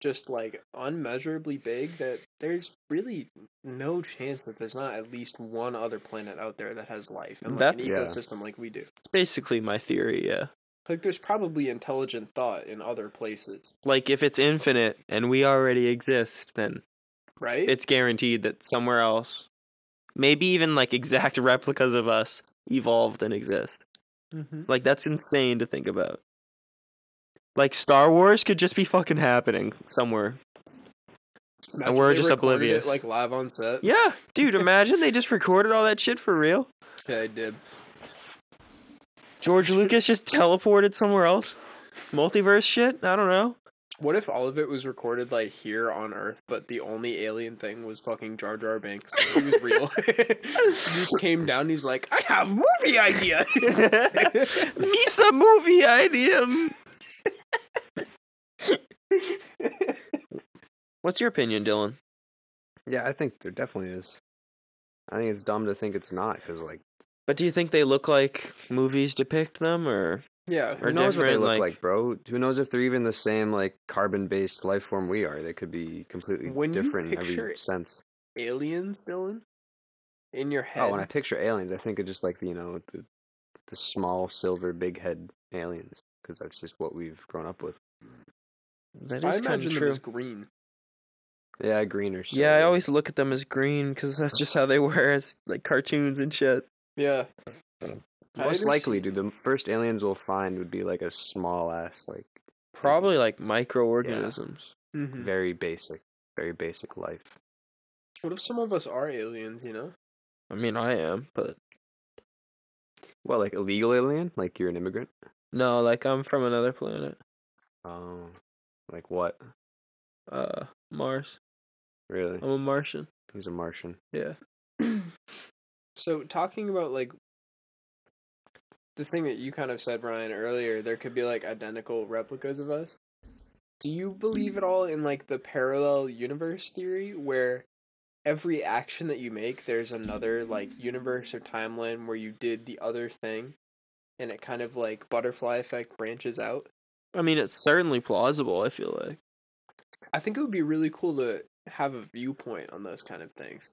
Speaker 5: just like unmeasurably big that there's really no chance that there's not at least one other planet out there that has life and like an
Speaker 1: That's-
Speaker 2: Yeah.
Speaker 5: ecosystem like we do.
Speaker 1: It's basically my theory, yeah.
Speaker 5: Like there's probably intelligent thought in other places,
Speaker 1: Like, if it's infinite and we already exist, then
Speaker 5: right?
Speaker 1: it's guaranteed that somewhere else, maybe even like exact (laughs) replicas of us, evolved and exist.
Speaker 5: mm-hmm.
Speaker 1: Like, that's insane to think about. Like, Star Wars could just be fucking happening somewhere.
Speaker 5: Imagine
Speaker 1: we're
Speaker 5: they
Speaker 1: just
Speaker 5: recorded it,
Speaker 1: oblivious.
Speaker 5: like live on set.
Speaker 1: Yeah, dude, imagine they just recorded all that shit for real.
Speaker 5: Yeah, I did.
Speaker 1: George Lucas just teleported somewhere else. Multiverse shit? I don't
Speaker 5: (laughs)
Speaker 1: know.
Speaker 5: What if all of it was recorded like here on Earth, but the only alien thing was fucking Jar Jar Binks? It
Speaker 2: (laughs)
Speaker 5: was real. (laughs) he just came down. and He's like, I have movie idea. (laughs)
Speaker 1: He's a movie idea. What's your opinion, Dylan?
Speaker 2: Yeah, I think there definitely is. I think it's dumb to think it's not because like
Speaker 1: But do you think they look like movies depict them, or
Speaker 5: yeah,
Speaker 1: Or
Speaker 2: who knows what they
Speaker 1: different,
Speaker 2: look
Speaker 1: like-
Speaker 2: like, bro? Who knows if they're even the same like carbon-based life form we are? They could be completely
Speaker 5: When you
Speaker 2: different in
Speaker 5: picture
Speaker 2: every
Speaker 5: it-
Speaker 2: sense.
Speaker 5: aliens, Dylan, in your head.
Speaker 2: Oh, when I picture aliens, I think of just like you know the, the small silver big head aliens because that's just what we've grown up with.
Speaker 1: that
Speaker 5: I
Speaker 1: is kind
Speaker 5: imagine
Speaker 1: of
Speaker 5: them
Speaker 1: true?
Speaker 5: as green.
Speaker 2: Yeah, green or
Speaker 1: Yeah, I
Speaker 2: silver.
Speaker 1: always look at them as green because that's just how they were as like cartoons and shit.
Speaker 5: Yeah, I
Speaker 2: most
Speaker 5: haven't
Speaker 2: likely, dude. The first aliens we'll find would be like a small ass, like
Speaker 1: Probably like microorganisms.
Speaker 5: Mhm.
Speaker 2: very basic, very basic life.
Speaker 5: What if some of us are aliens? You know?
Speaker 1: I mean, I am, but
Speaker 2: Well, like illegal alien, like you're an immigrant.
Speaker 1: no, like I'm from another planet,
Speaker 2: Oh, like what?
Speaker 1: uh, Mars.
Speaker 2: Really?
Speaker 1: I'm a Martian.
Speaker 2: He's a Martian.
Speaker 1: Yeah.
Speaker 5: So talking about like the thing that you kind of said, Brian, earlier, there could be like identical replicas of us. Do you believe at all in like the parallel universe theory where every action that you make there's another like universe or timeline where you did the other thing and it kind of like butterfly effect branches out?
Speaker 1: I mean, it's certainly plausible. I feel like
Speaker 5: I think it would be really cool to have a viewpoint on those kind of things.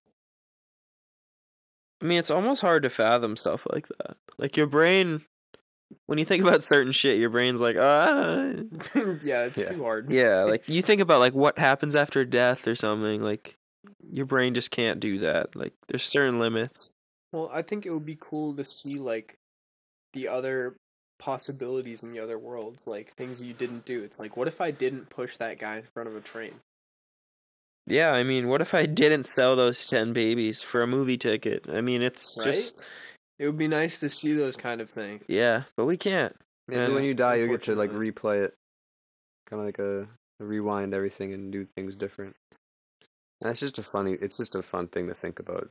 Speaker 1: I mean, it's almost hard to fathom stuff like that. Like your brain, when you think about certain shit, your brain's like, ah,
Speaker 5: (laughs) yeah, it's
Speaker 2: Yeah.
Speaker 5: too hard.
Speaker 1: yeah. Like you think about like what happens after death or something. Like your brain just can't do that. Like there's certain limits.
Speaker 5: Well, I think it would be cool to see like the other possibilities in the other worlds, like things you didn't do. It's like, what if I didn't push that guy in front of a train?
Speaker 1: Yeah, I mean, what if I didn't sell those ten babies for a movie ticket? I mean, it's
Speaker 5: Right?
Speaker 1: just
Speaker 5: It would be nice to see those kind of things.
Speaker 1: yeah, but we can't.
Speaker 2: Yeah,
Speaker 1: Yeah,
Speaker 2: when you die, you get to like
Speaker 1: unfortunately.
Speaker 2: replay it, kind of like a, rewind everything and do things different. That's just a funny. It's just a fun thing to think about.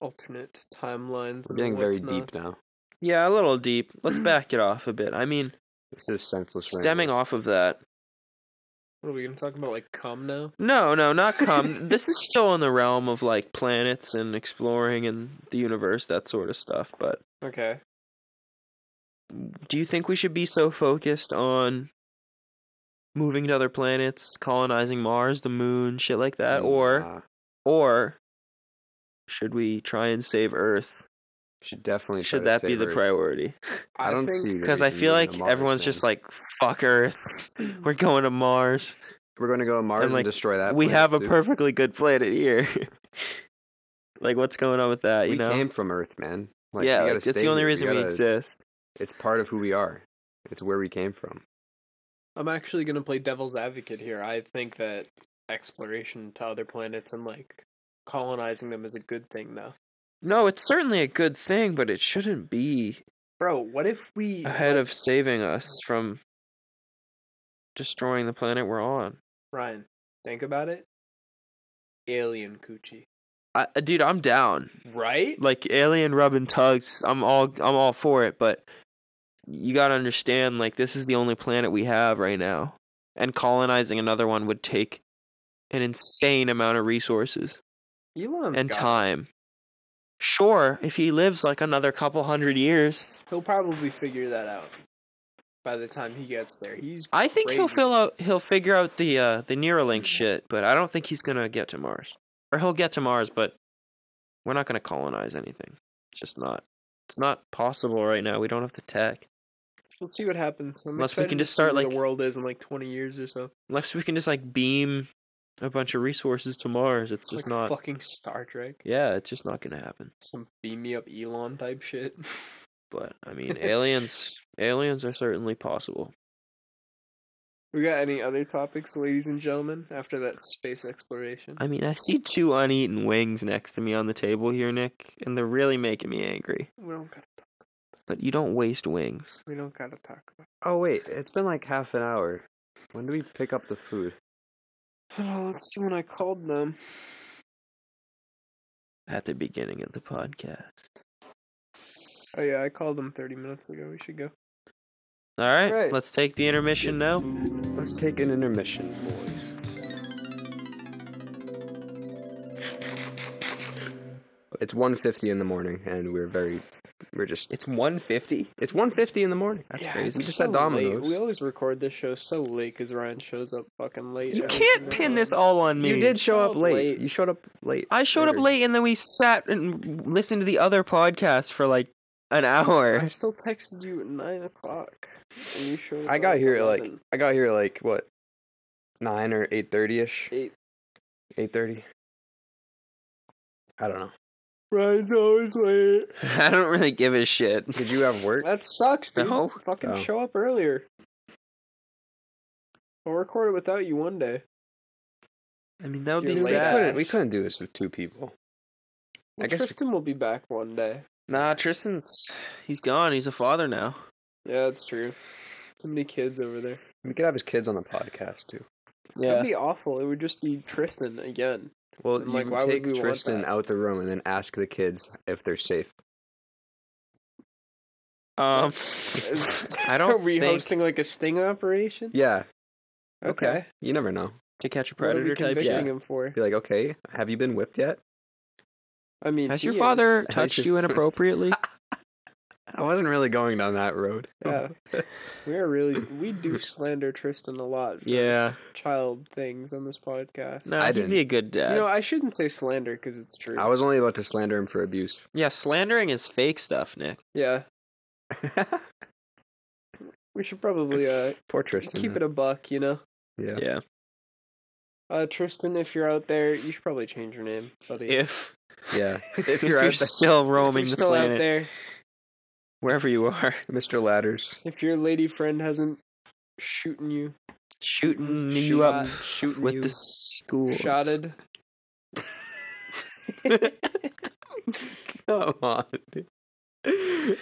Speaker 5: Alternate timelines.
Speaker 2: It's
Speaker 5: and
Speaker 2: getting very
Speaker 5: whatnot.
Speaker 2: deep now.
Speaker 1: Yeah, a little deep. Let's back it off a bit. I mean,
Speaker 2: This is senseless.
Speaker 1: stemming
Speaker 2: rambling.
Speaker 1: off of that,
Speaker 5: What are we gonna talk about? Like cum now?
Speaker 1: No, no,
Speaker 2: (laughs)
Speaker 1: not come. this is still in the realm of like planets and exploring and the universe, that sort of stuff. But
Speaker 5: Okay.
Speaker 1: do you think we should be so focused on moving to other planets, colonizing Mars, the moon, shit like that,
Speaker 2: Mm,
Speaker 1: or
Speaker 2: Nah,
Speaker 1: or should we try and save Earth?
Speaker 2: should definitely try
Speaker 1: Should
Speaker 2: to
Speaker 1: that be
Speaker 2: save
Speaker 1: the
Speaker 2: Earth.
Speaker 1: priority?
Speaker 2: I don't
Speaker 5: think-
Speaker 2: see
Speaker 1: Because I
Speaker 2: reason
Speaker 1: feel
Speaker 2: being a
Speaker 1: like
Speaker 2: Mars
Speaker 1: everyone's
Speaker 2: thing.
Speaker 1: just like fuck Earth. (laughs) We're going to Mars.
Speaker 2: we're going to go on Mars and,
Speaker 1: like,
Speaker 2: destroy that.
Speaker 1: we
Speaker 2: planet,
Speaker 1: have a
Speaker 2: dude.
Speaker 1: perfectly good planet here. (laughs) like what's going on with that?
Speaker 2: We
Speaker 1: you know.
Speaker 2: came from Earth, man. Like,
Speaker 1: yeah,
Speaker 2: we gotta
Speaker 1: like, that's
Speaker 2: stay
Speaker 1: the only
Speaker 2: here.
Speaker 1: reason we
Speaker 2: gotta-
Speaker 1: exist.
Speaker 2: It's part of who we are. It's where we came from.
Speaker 5: I'm actually gonna play devil's advocate here. I think that exploration to other planets and like colonizing them is a good thing, though.
Speaker 1: No, it's certainly a good thing, but it shouldn't be
Speaker 5: Bro, what if
Speaker 2: (laughs)
Speaker 5: we
Speaker 1: ahead of saving us from destroying the planet we're on.
Speaker 5: Ryan? Think about it. Alien coochie,
Speaker 1: I, uh, dude, I'm down.
Speaker 5: right?
Speaker 1: Like alien rubbing tugs, I'm all I'm all for it, but you got to understand like this is the only planet we have right now. And colonizing another one would take an insane amount of resources
Speaker 5: Elon's
Speaker 1: and
Speaker 5: got it.
Speaker 1: time. Sure, if he lives like another couple hundred years,
Speaker 5: He'll probably figure that out by the time he gets there. He's
Speaker 1: I think he'll
Speaker 5: Crazy.
Speaker 1: fill out. He'll figure out the uh, the Neuralink shit, but I don't think he's gonna get to Mars. Or he'll get to Mars, but we're not gonna colonize anything. It's just not. It's not possible right now. We don't have the tech.
Speaker 5: we'll see what happens. I'm
Speaker 1: Unless we
Speaker 5: excited
Speaker 1: can
Speaker 5: to
Speaker 1: just
Speaker 5: see
Speaker 1: start,
Speaker 5: where
Speaker 1: like-
Speaker 5: the world is in like 20 years or so.
Speaker 1: Unless we can just like beam a bunch of resources to Mars. It's just not.
Speaker 5: like fucking Star Trek.
Speaker 1: Yeah, it's just not gonna happen.
Speaker 5: Some beam me up Elon type shit. (laughs)
Speaker 1: But I mean, aliens. Aliens are certainly possible.
Speaker 5: We got any other topics, ladies and gentlemen, after that space exploration?
Speaker 1: I mean, I see two uneaten wings next to me on the table here, Nick, and they're really making me angry.
Speaker 5: We don't gotta,
Speaker 1: But you don't waste wings.
Speaker 5: we don't gotta talk about
Speaker 2: Oh wait, it's been like half an hour. When do we pick up the food?
Speaker 5: it. Oh, let's see when I called them.
Speaker 1: At the beginning of the podcast.
Speaker 5: Oh yeah, I called them 30 minutes ago. We should go.
Speaker 1: All right,
Speaker 5: Right.
Speaker 1: let's take the intermission now.
Speaker 2: Let's take an intermission, boys. It's 1.50 in the morning, and we're very, we're just.
Speaker 1: It's 150.
Speaker 2: It's 1.50 in the morning. That's
Speaker 5: yeah,
Speaker 2: crazy.
Speaker 5: it's
Speaker 2: We just
Speaker 5: so
Speaker 2: had Domino's.
Speaker 5: late. We always record this show so late because Ryan shows up fucking late.
Speaker 1: You
Speaker 5: every
Speaker 1: can't
Speaker 5: single
Speaker 1: pin
Speaker 5: time.
Speaker 1: this all on me.
Speaker 2: You did show
Speaker 5: Showed
Speaker 2: up
Speaker 5: up
Speaker 2: late.
Speaker 5: late.
Speaker 2: You showed up late.
Speaker 1: I showed up
Speaker 2: Weird.
Speaker 1: late and then we sat and listened to the other podcast for like an
Speaker 5: I
Speaker 1: hour.
Speaker 5: still texted you at nine o'clock. And you showed
Speaker 2: I
Speaker 5: up
Speaker 2: got
Speaker 5: at
Speaker 2: here at, like
Speaker 5: 11.
Speaker 2: I got here at, like what, nine or eight thirty ish.
Speaker 5: Eight.
Speaker 2: Eight thirty. I don't know.
Speaker 5: Ryan's always late.
Speaker 1: (laughs) I don't really give a shit.
Speaker 2: Did you have work?
Speaker 5: That sucks, dude.
Speaker 1: No.
Speaker 5: Fucking
Speaker 2: Oh.
Speaker 5: show up earlier. I'll record it without you one day.
Speaker 1: I mean, that would be
Speaker 5: You're
Speaker 2: we,
Speaker 5: late
Speaker 1: sad.
Speaker 2: couldn't, we
Speaker 5: ass.
Speaker 2: couldn't do this with two people.
Speaker 5: Well,
Speaker 2: I guess we-
Speaker 5: Tristan will be back one day.
Speaker 1: Nah, Tristan's he's gone. He's a father now.
Speaker 5: Yeah, that's true. So many kids over there.
Speaker 2: We could have his kids on the podcast too.
Speaker 5: That'd be awful. It would just be Tristan again.
Speaker 2: Well,
Speaker 5: I'm
Speaker 2: you
Speaker 5: like,
Speaker 2: can
Speaker 5: why would
Speaker 2: take
Speaker 5: we want
Speaker 2: Tristan
Speaker 5: that?
Speaker 2: out the room and then ask the kids if they're safe.
Speaker 1: Um, (laughs) I
Speaker 5: (laughs) Are
Speaker 1: don't
Speaker 5: we
Speaker 1: think
Speaker 5: hosting like a sting operation?
Speaker 2: Yeah.
Speaker 5: Okay.
Speaker 2: You never know.
Speaker 1: to catch a
Speaker 5: What are we
Speaker 1: predator type.
Speaker 5: convicting
Speaker 1: shit.
Speaker 5: him for?
Speaker 2: Be like, okay, have you been whipped yet?
Speaker 5: I mean,
Speaker 1: Has
Speaker 5: he
Speaker 1: your
Speaker 5: is.
Speaker 1: father
Speaker 2: Has
Speaker 1: touched
Speaker 2: your-
Speaker 1: you (laughs) inappropriately?
Speaker 2: I wasn't really going down that road.
Speaker 1: (laughs)
Speaker 5: Yeah. We are really we do slander Tristan a lot for
Speaker 1: yeah.
Speaker 5: child things on this podcast.
Speaker 1: No,
Speaker 2: I
Speaker 1: he'd
Speaker 2: didn't.
Speaker 1: be a good dad.
Speaker 5: You know, I shouldn't say slander because it's true.
Speaker 2: I was only about to slander him for abuse.
Speaker 1: yeah, slandering is fake stuff, Nick.
Speaker 5: yeah,
Speaker 1: (laughs)
Speaker 5: we should probably uh
Speaker 2: Poor Tristan.
Speaker 5: keep it a buck. You know,
Speaker 2: Yeah.
Speaker 1: yeah.
Speaker 5: uh Tristan, if you're out there, you should probably change your name, buddy.
Speaker 1: If
Speaker 2: Yeah.
Speaker 1: if
Speaker 2: you're
Speaker 1: you're,
Speaker 2: out there-
Speaker 1: still
Speaker 5: if you're
Speaker 1: roaming the
Speaker 5: still out
Speaker 1: planet,
Speaker 5: there,
Speaker 1: wherever you are, (laughs)
Speaker 2: Mr. Ladders.
Speaker 5: if your lady friend hasn't shooting you,
Speaker 1: shooting
Speaker 5: Shoot
Speaker 1: you up
Speaker 5: at-
Speaker 2: shooting
Speaker 1: with
Speaker 2: you.
Speaker 1: the school.
Speaker 5: shotted, (laughs)
Speaker 2: Come on. dude.
Speaker 1: (laughs) All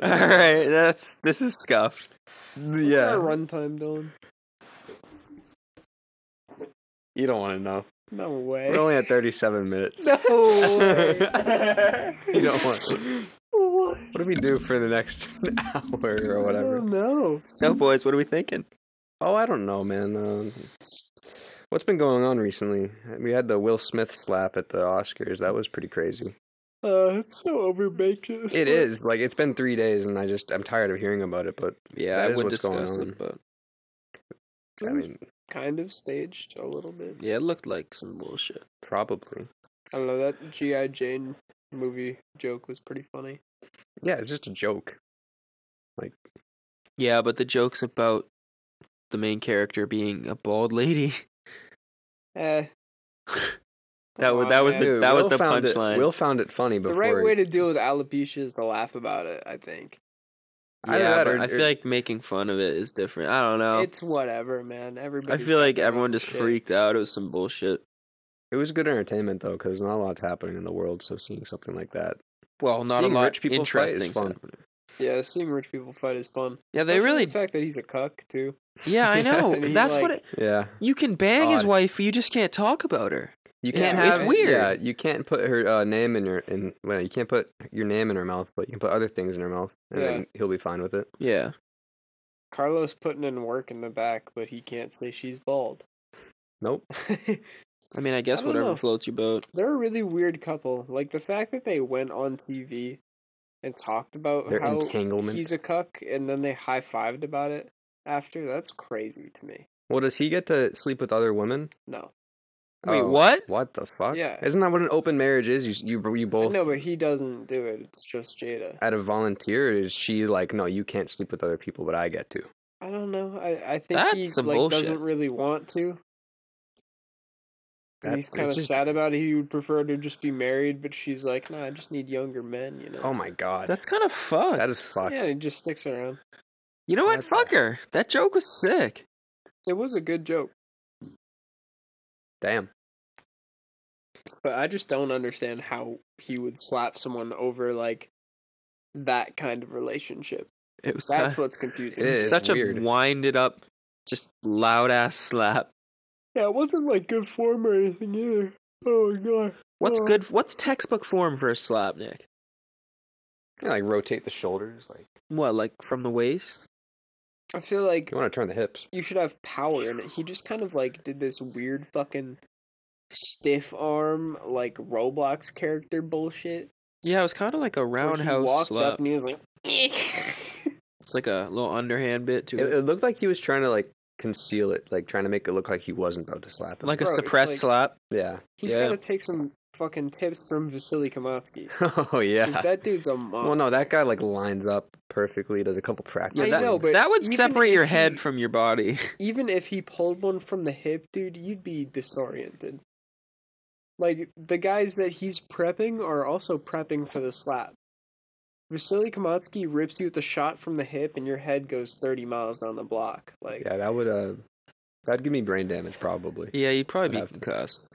Speaker 1: right, that's this is (laughs) scuffed.
Speaker 5: what's
Speaker 2: yeah.
Speaker 5: our runtime, Dylan?
Speaker 2: You don't want to know.
Speaker 5: No way.
Speaker 2: We're only at 37
Speaker 5: (laughs)
Speaker 2: minutes.
Speaker 5: No (laughs)
Speaker 2: You don't want What do we do for the next (laughs) hour or whatever?
Speaker 5: No.
Speaker 1: So, boys, what are we thinking?
Speaker 2: Oh, I don't know, man. Um, what's been going on recently? We had the Will Smith slap at the Oscars. That was pretty crazy.
Speaker 5: Uh, it's so overbaked. at this
Speaker 2: It
Speaker 5: point.
Speaker 2: is. Like, it's been three days, and I just, I'm tired of hearing about it, but
Speaker 1: Yeah,
Speaker 2: That
Speaker 1: I
Speaker 2: is
Speaker 1: would
Speaker 2: what's going
Speaker 1: discuss
Speaker 2: on.
Speaker 1: it, but
Speaker 2: I mean,
Speaker 5: kind of staged a little bit.
Speaker 1: yeah, it looked like some bullshit.
Speaker 2: probably.
Speaker 5: I don't know that GI Jane movie joke was pretty funny.
Speaker 2: Yeah, it's just a joke.
Speaker 1: Yeah, but the jokes about the main character being a bald lady. (laughs)
Speaker 5: Eh,
Speaker 1: That was that was the
Speaker 5: Dude,
Speaker 1: that was
Speaker 2: Will
Speaker 1: the
Speaker 2: found it-
Speaker 1: punchline.
Speaker 2: Will found it funny
Speaker 5: the
Speaker 2: before.
Speaker 5: right way to
Speaker 2: he-
Speaker 5: deal with alopecia is to laugh about it. I think.
Speaker 2: Either
Speaker 1: yeah,
Speaker 2: that
Speaker 1: but
Speaker 2: or-
Speaker 1: I feel
Speaker 2: or-
Speaker 1: like making fun of it is different. I don't know.
Speaker 5: It's whatever, man.
Speaker 1: Oh. I
Speaker 5: Everybody.
Speaker 1: feel like everyone just
Speaker 5: shit.
Speaker 1: freaked out. It was some bullshit.
Speaker 2: It was good entertainment though, because not a lot's happening in the world. So seeing something like that,
Speaker 1: Well, not
Speaker 2: Seeing
Speaker 1: a lot
Speaker 2: rich people fight is
Speaker 1: interesting.
Speaker 2: fun.
Speaker 5: Yeah, seeing rich people fight is fun.
Speaker 1: Yeah, they
Speaker 5: Especially
Speaker 1: really.
Speaker 5: The fact that he's a cuck too.
Speaker 1: Yeah, I know.
Speaker 5: And he,
Speaker 1: That's what.
Speaker 5: like-
Speaker 1: It,
Speaker 2: Yeah,
Speaker 1: you can bang his
Speaker 2: God.
Speaker 1: wife, but you just can't talk about her.
Speaker 2: you
Speaker 5: It's-
Speaker 2: can't
Speaker 5: it's
Speaker 2: have
Speaker 1: weird.
Speaker 2: Yeah, you can't put her uh, name in your in. Well, you can't put your name in her mouth, but you can put other things in her mouth, and
Speaker 5: Yeah.
Speaker 2: then he'll be fine with it.
Speaker 1: Yeah.
Speaker 5: Carlos putting in work in the back, but he can't say she's bald.
Speaker 2: Nope.
Speaker 1: I mean, I guess
Speaker 5: I don't
Speaker 1: whatever
Speaker 5: know.
Speaker 1: floats your boat.
Speaker 5: They're a really weird couple. Like the fact that they went on TV and talked about
Speaker 2: Their
Speaker 5: how
Speaker 2: entanglement.
Speaker 5: he's a cuck, and then they high fived about it after. That's crazy to me.
Speaker 2: Well, does he get to sleep with other women?
Speaker 5: No,
Speaker 1: Wait,
Speaker 2: Oh,
Speaker 1: what?
Speaker 2: What the fuck?
Speaker 5: Yeah.
Speaker 2: Isn't that what an open marriage is? You you you both
Speaker 5: no, but he doesn't do it. It's just Jada.
Speaker 2: at a volunteer? or Is she like, no, you can't sleep with other people, but I get to?
Speaker 5: I don't know. I I think he
Speaker 1: That's some
Speaker 5: like
Speaker 1: bullshit.
Speaker 5: doesn't really want to. And he's
Speaker 2: That's-
Speaker 5: kind of
Speaker 2: it's just-
Speaker 5: sad about it. He would prefer to just be married, but she's like, "No, I just need younger men." You know.
Speaker 2: Oh my god,
Speaker 1: That's kind of fun.
Speaker 2: that is fucked.
Speaker 5: Yeah, he just sticks around.
Speaker 1: you know what?
Speaker 2: that's-
Speaker 1: Fuck her. That joke was sick.
Speaker 5: It was a good joke,
Speaker 2: Damn.
Speaker 5: but I just don't understand how he would slap someone over like that kind of relationship.
Speaker 1: It was
Speaker 5: That's
Speaker 1: kind
Speaker 5: what's confusing.
Speaker 2: It is
Speaker 1: such
Speaker 2: weird.
Speaker 1: a winded up, just loud ass slap.
Speaker 5: Yeah, it wasn't like good form or anything either. Oh my god.
Speaker 1: What's
Speaker 5: Oh.
Speaker 1: good? What's textbook form for a slap, Nick?
Speaker 2: Yeah, like rotate the shoulders. Like
Speaker 1: What, like from the waist?
Speaker 5: I feel like
Speaker 2: you want to turn the hips.
Speaker 5: you should have power in it. He just kind of like did this weird fucking stiff arm like Roblox character bullshit.
Speaker 1: Yeah, it was kind of like a
Speaker 5: where he
Speaker 1: roundhouse
Speaker 5: walked
Speaker 1: slap.
Speaker 5: up and he was like,
Speaker 1: It's like a little underhand bit to
Speaker 2: It,
Speaker 1: it,
Speaker 2: it looked like he was trying to like conceal it, like trying to make it look like he wasn't about to slap him.
Speaker 1: like a
Speaker 5: bro, it's
Speaker 1: suppressed
Speaker 5: like-
Speaker 1: slap.
Speaker 2: yeah.
Speaker 5: he's
Speaker 1: Yeah.
Speaker 5: gotta take some fucking tips from
Speaker 1: (laughs)
Speaker 5: Vasily Kamatsky.
Speaker 2: (laughs) oh yeah.
Speaker 5: 'Cause that dude's a monster.
Speaker 2: Well, no, that guy like lines up perfectly. Does a couple practice.
Speaker 5: I
Speaker 1: that,
Speaker 5: know,
Speaker 2: things.
Speaker 5: but
Speaker 1: that would
Speaker 5: even
Speaker 1: separate your
Speaker 5: if
Speaker 1: head
Speaker 5: he-
Speaker 1: from your body. (laughs)
Speaker 5: even if he pulled one from the hip, dude, you'd be disoriented. Like the guys that he's prepping are also prepping for the slap. Vasily Kamatsky rips you with a shot from the hip, and your head goes thirty miles down the block. Like,
Speaker 2: yeah, that would uh, that'd give me brain damage probably.
Speaker 1: Yeah, you'd probably
Speaker 2: I'd
Speaker 1: be
Speaker 2: have to-
Speaker 1: concussed.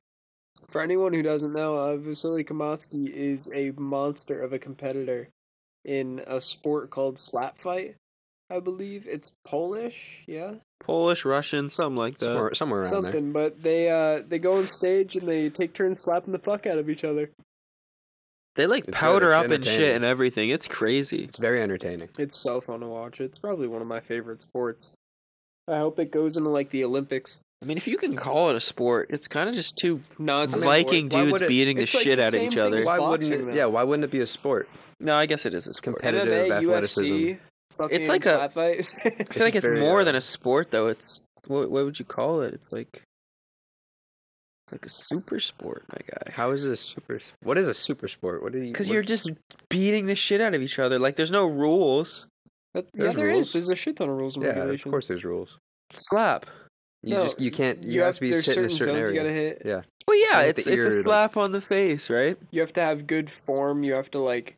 Speaker 5: for anyone who doesn't know, uh, Vasily Kamatsky is a monster of a competitor in a sport called slap fight. I believe it's Polish. Yeah,
Speaker 1: Polish, Russian, something like that.
Speaker 2: Somewhere, somewhere around there.
Speaker 5: something. But they uh they go on stage and they take turns slapping the fuck out of each other.
Speaker 1: They like
Speaker 2: It's
Speaker 1: powder
Speaker 2: very
Speaker 1: up and shit
Speaker 2: entertaining.
Speaker 1: and everything. It's crazy.
Speaker 2: It's very entertaining.
Speaker 5: It's so fun to watch. It's probably one of my favorite sports. I hope it goes into like the Olympics.
Speaker 1: I mean, if you can call it a sport, it's kind of just two
Speaker 5: No, it's
Speaker 2: I mean,
Speaker 1: Viking
Speaker 2: why- why
Speaker 1: dudes
Speaker 2: would it-
Speaker 1: beating the
Speaker 5: it's like
Speaker 1: shit
Speaker 5: the
Speaker 1: out of
Speaker 5: same
Speaker 1: each
Speaker 5: thing
Speaker 1: other.
Speaker 5: as-
Speaker 2: Why
Speaker 5: boxing,
Speaker 2: wouldn't?
Speaker 5: though.
Speaker 2: It, yeah, why wouldn't it be a sport?
Speaker 1: No, I guess it is a sport.
Speaker 2: competitive athleticism.
Speaker 5: UFC, fucking
Speaker 1: It's like a-
Speaker 5: slap fight. (laughs)
Speaker 1: I feel like it's
Speaker 2: very,
Speaker 1: more
Speaker 2: uh,
Speaker 1: than a sport, though. It's what, what would you call it? It's like it's like a super sport, my guy.
Speaker 2: How is this super? What is a super sport? What do you?
Speaker 1: Because
Speaker 2: what-
Speaker 1: you're just beating the shit out of each other. Like there's no rules.
Speaker 5: But, yeah,
Speaker 2: There's
Speaker 5: there is.
Speaker 2: rules.
Speaker 5: There's a shit ton of rules and
Speaker 2: Yeah,
Speaker 5: regulations.
Speaker 2: of course, there's rules.
Speaker 1: Slap.
Speaker 2: You
Speaker 5: No,
Speaker 2: just you can't. You,
Speaker 5: You
Speaker 2: have, to be
Speaker 5: there's
Speaker 2: sitting in a certain
Speaker 5: zones
Speaker 2: area.
Speaker 5: you gotta hit.
Speaker 2: Yeah.
Speaker 1: Well, yeah,
Speaker 2: Like
Speaker 1: it's
Speaker 2: the ear,
Speaker 1: it's a
Speaker 2: like-
Speaker 1: slap on the face, right?
Speaker 5: You have to have good form. You have to like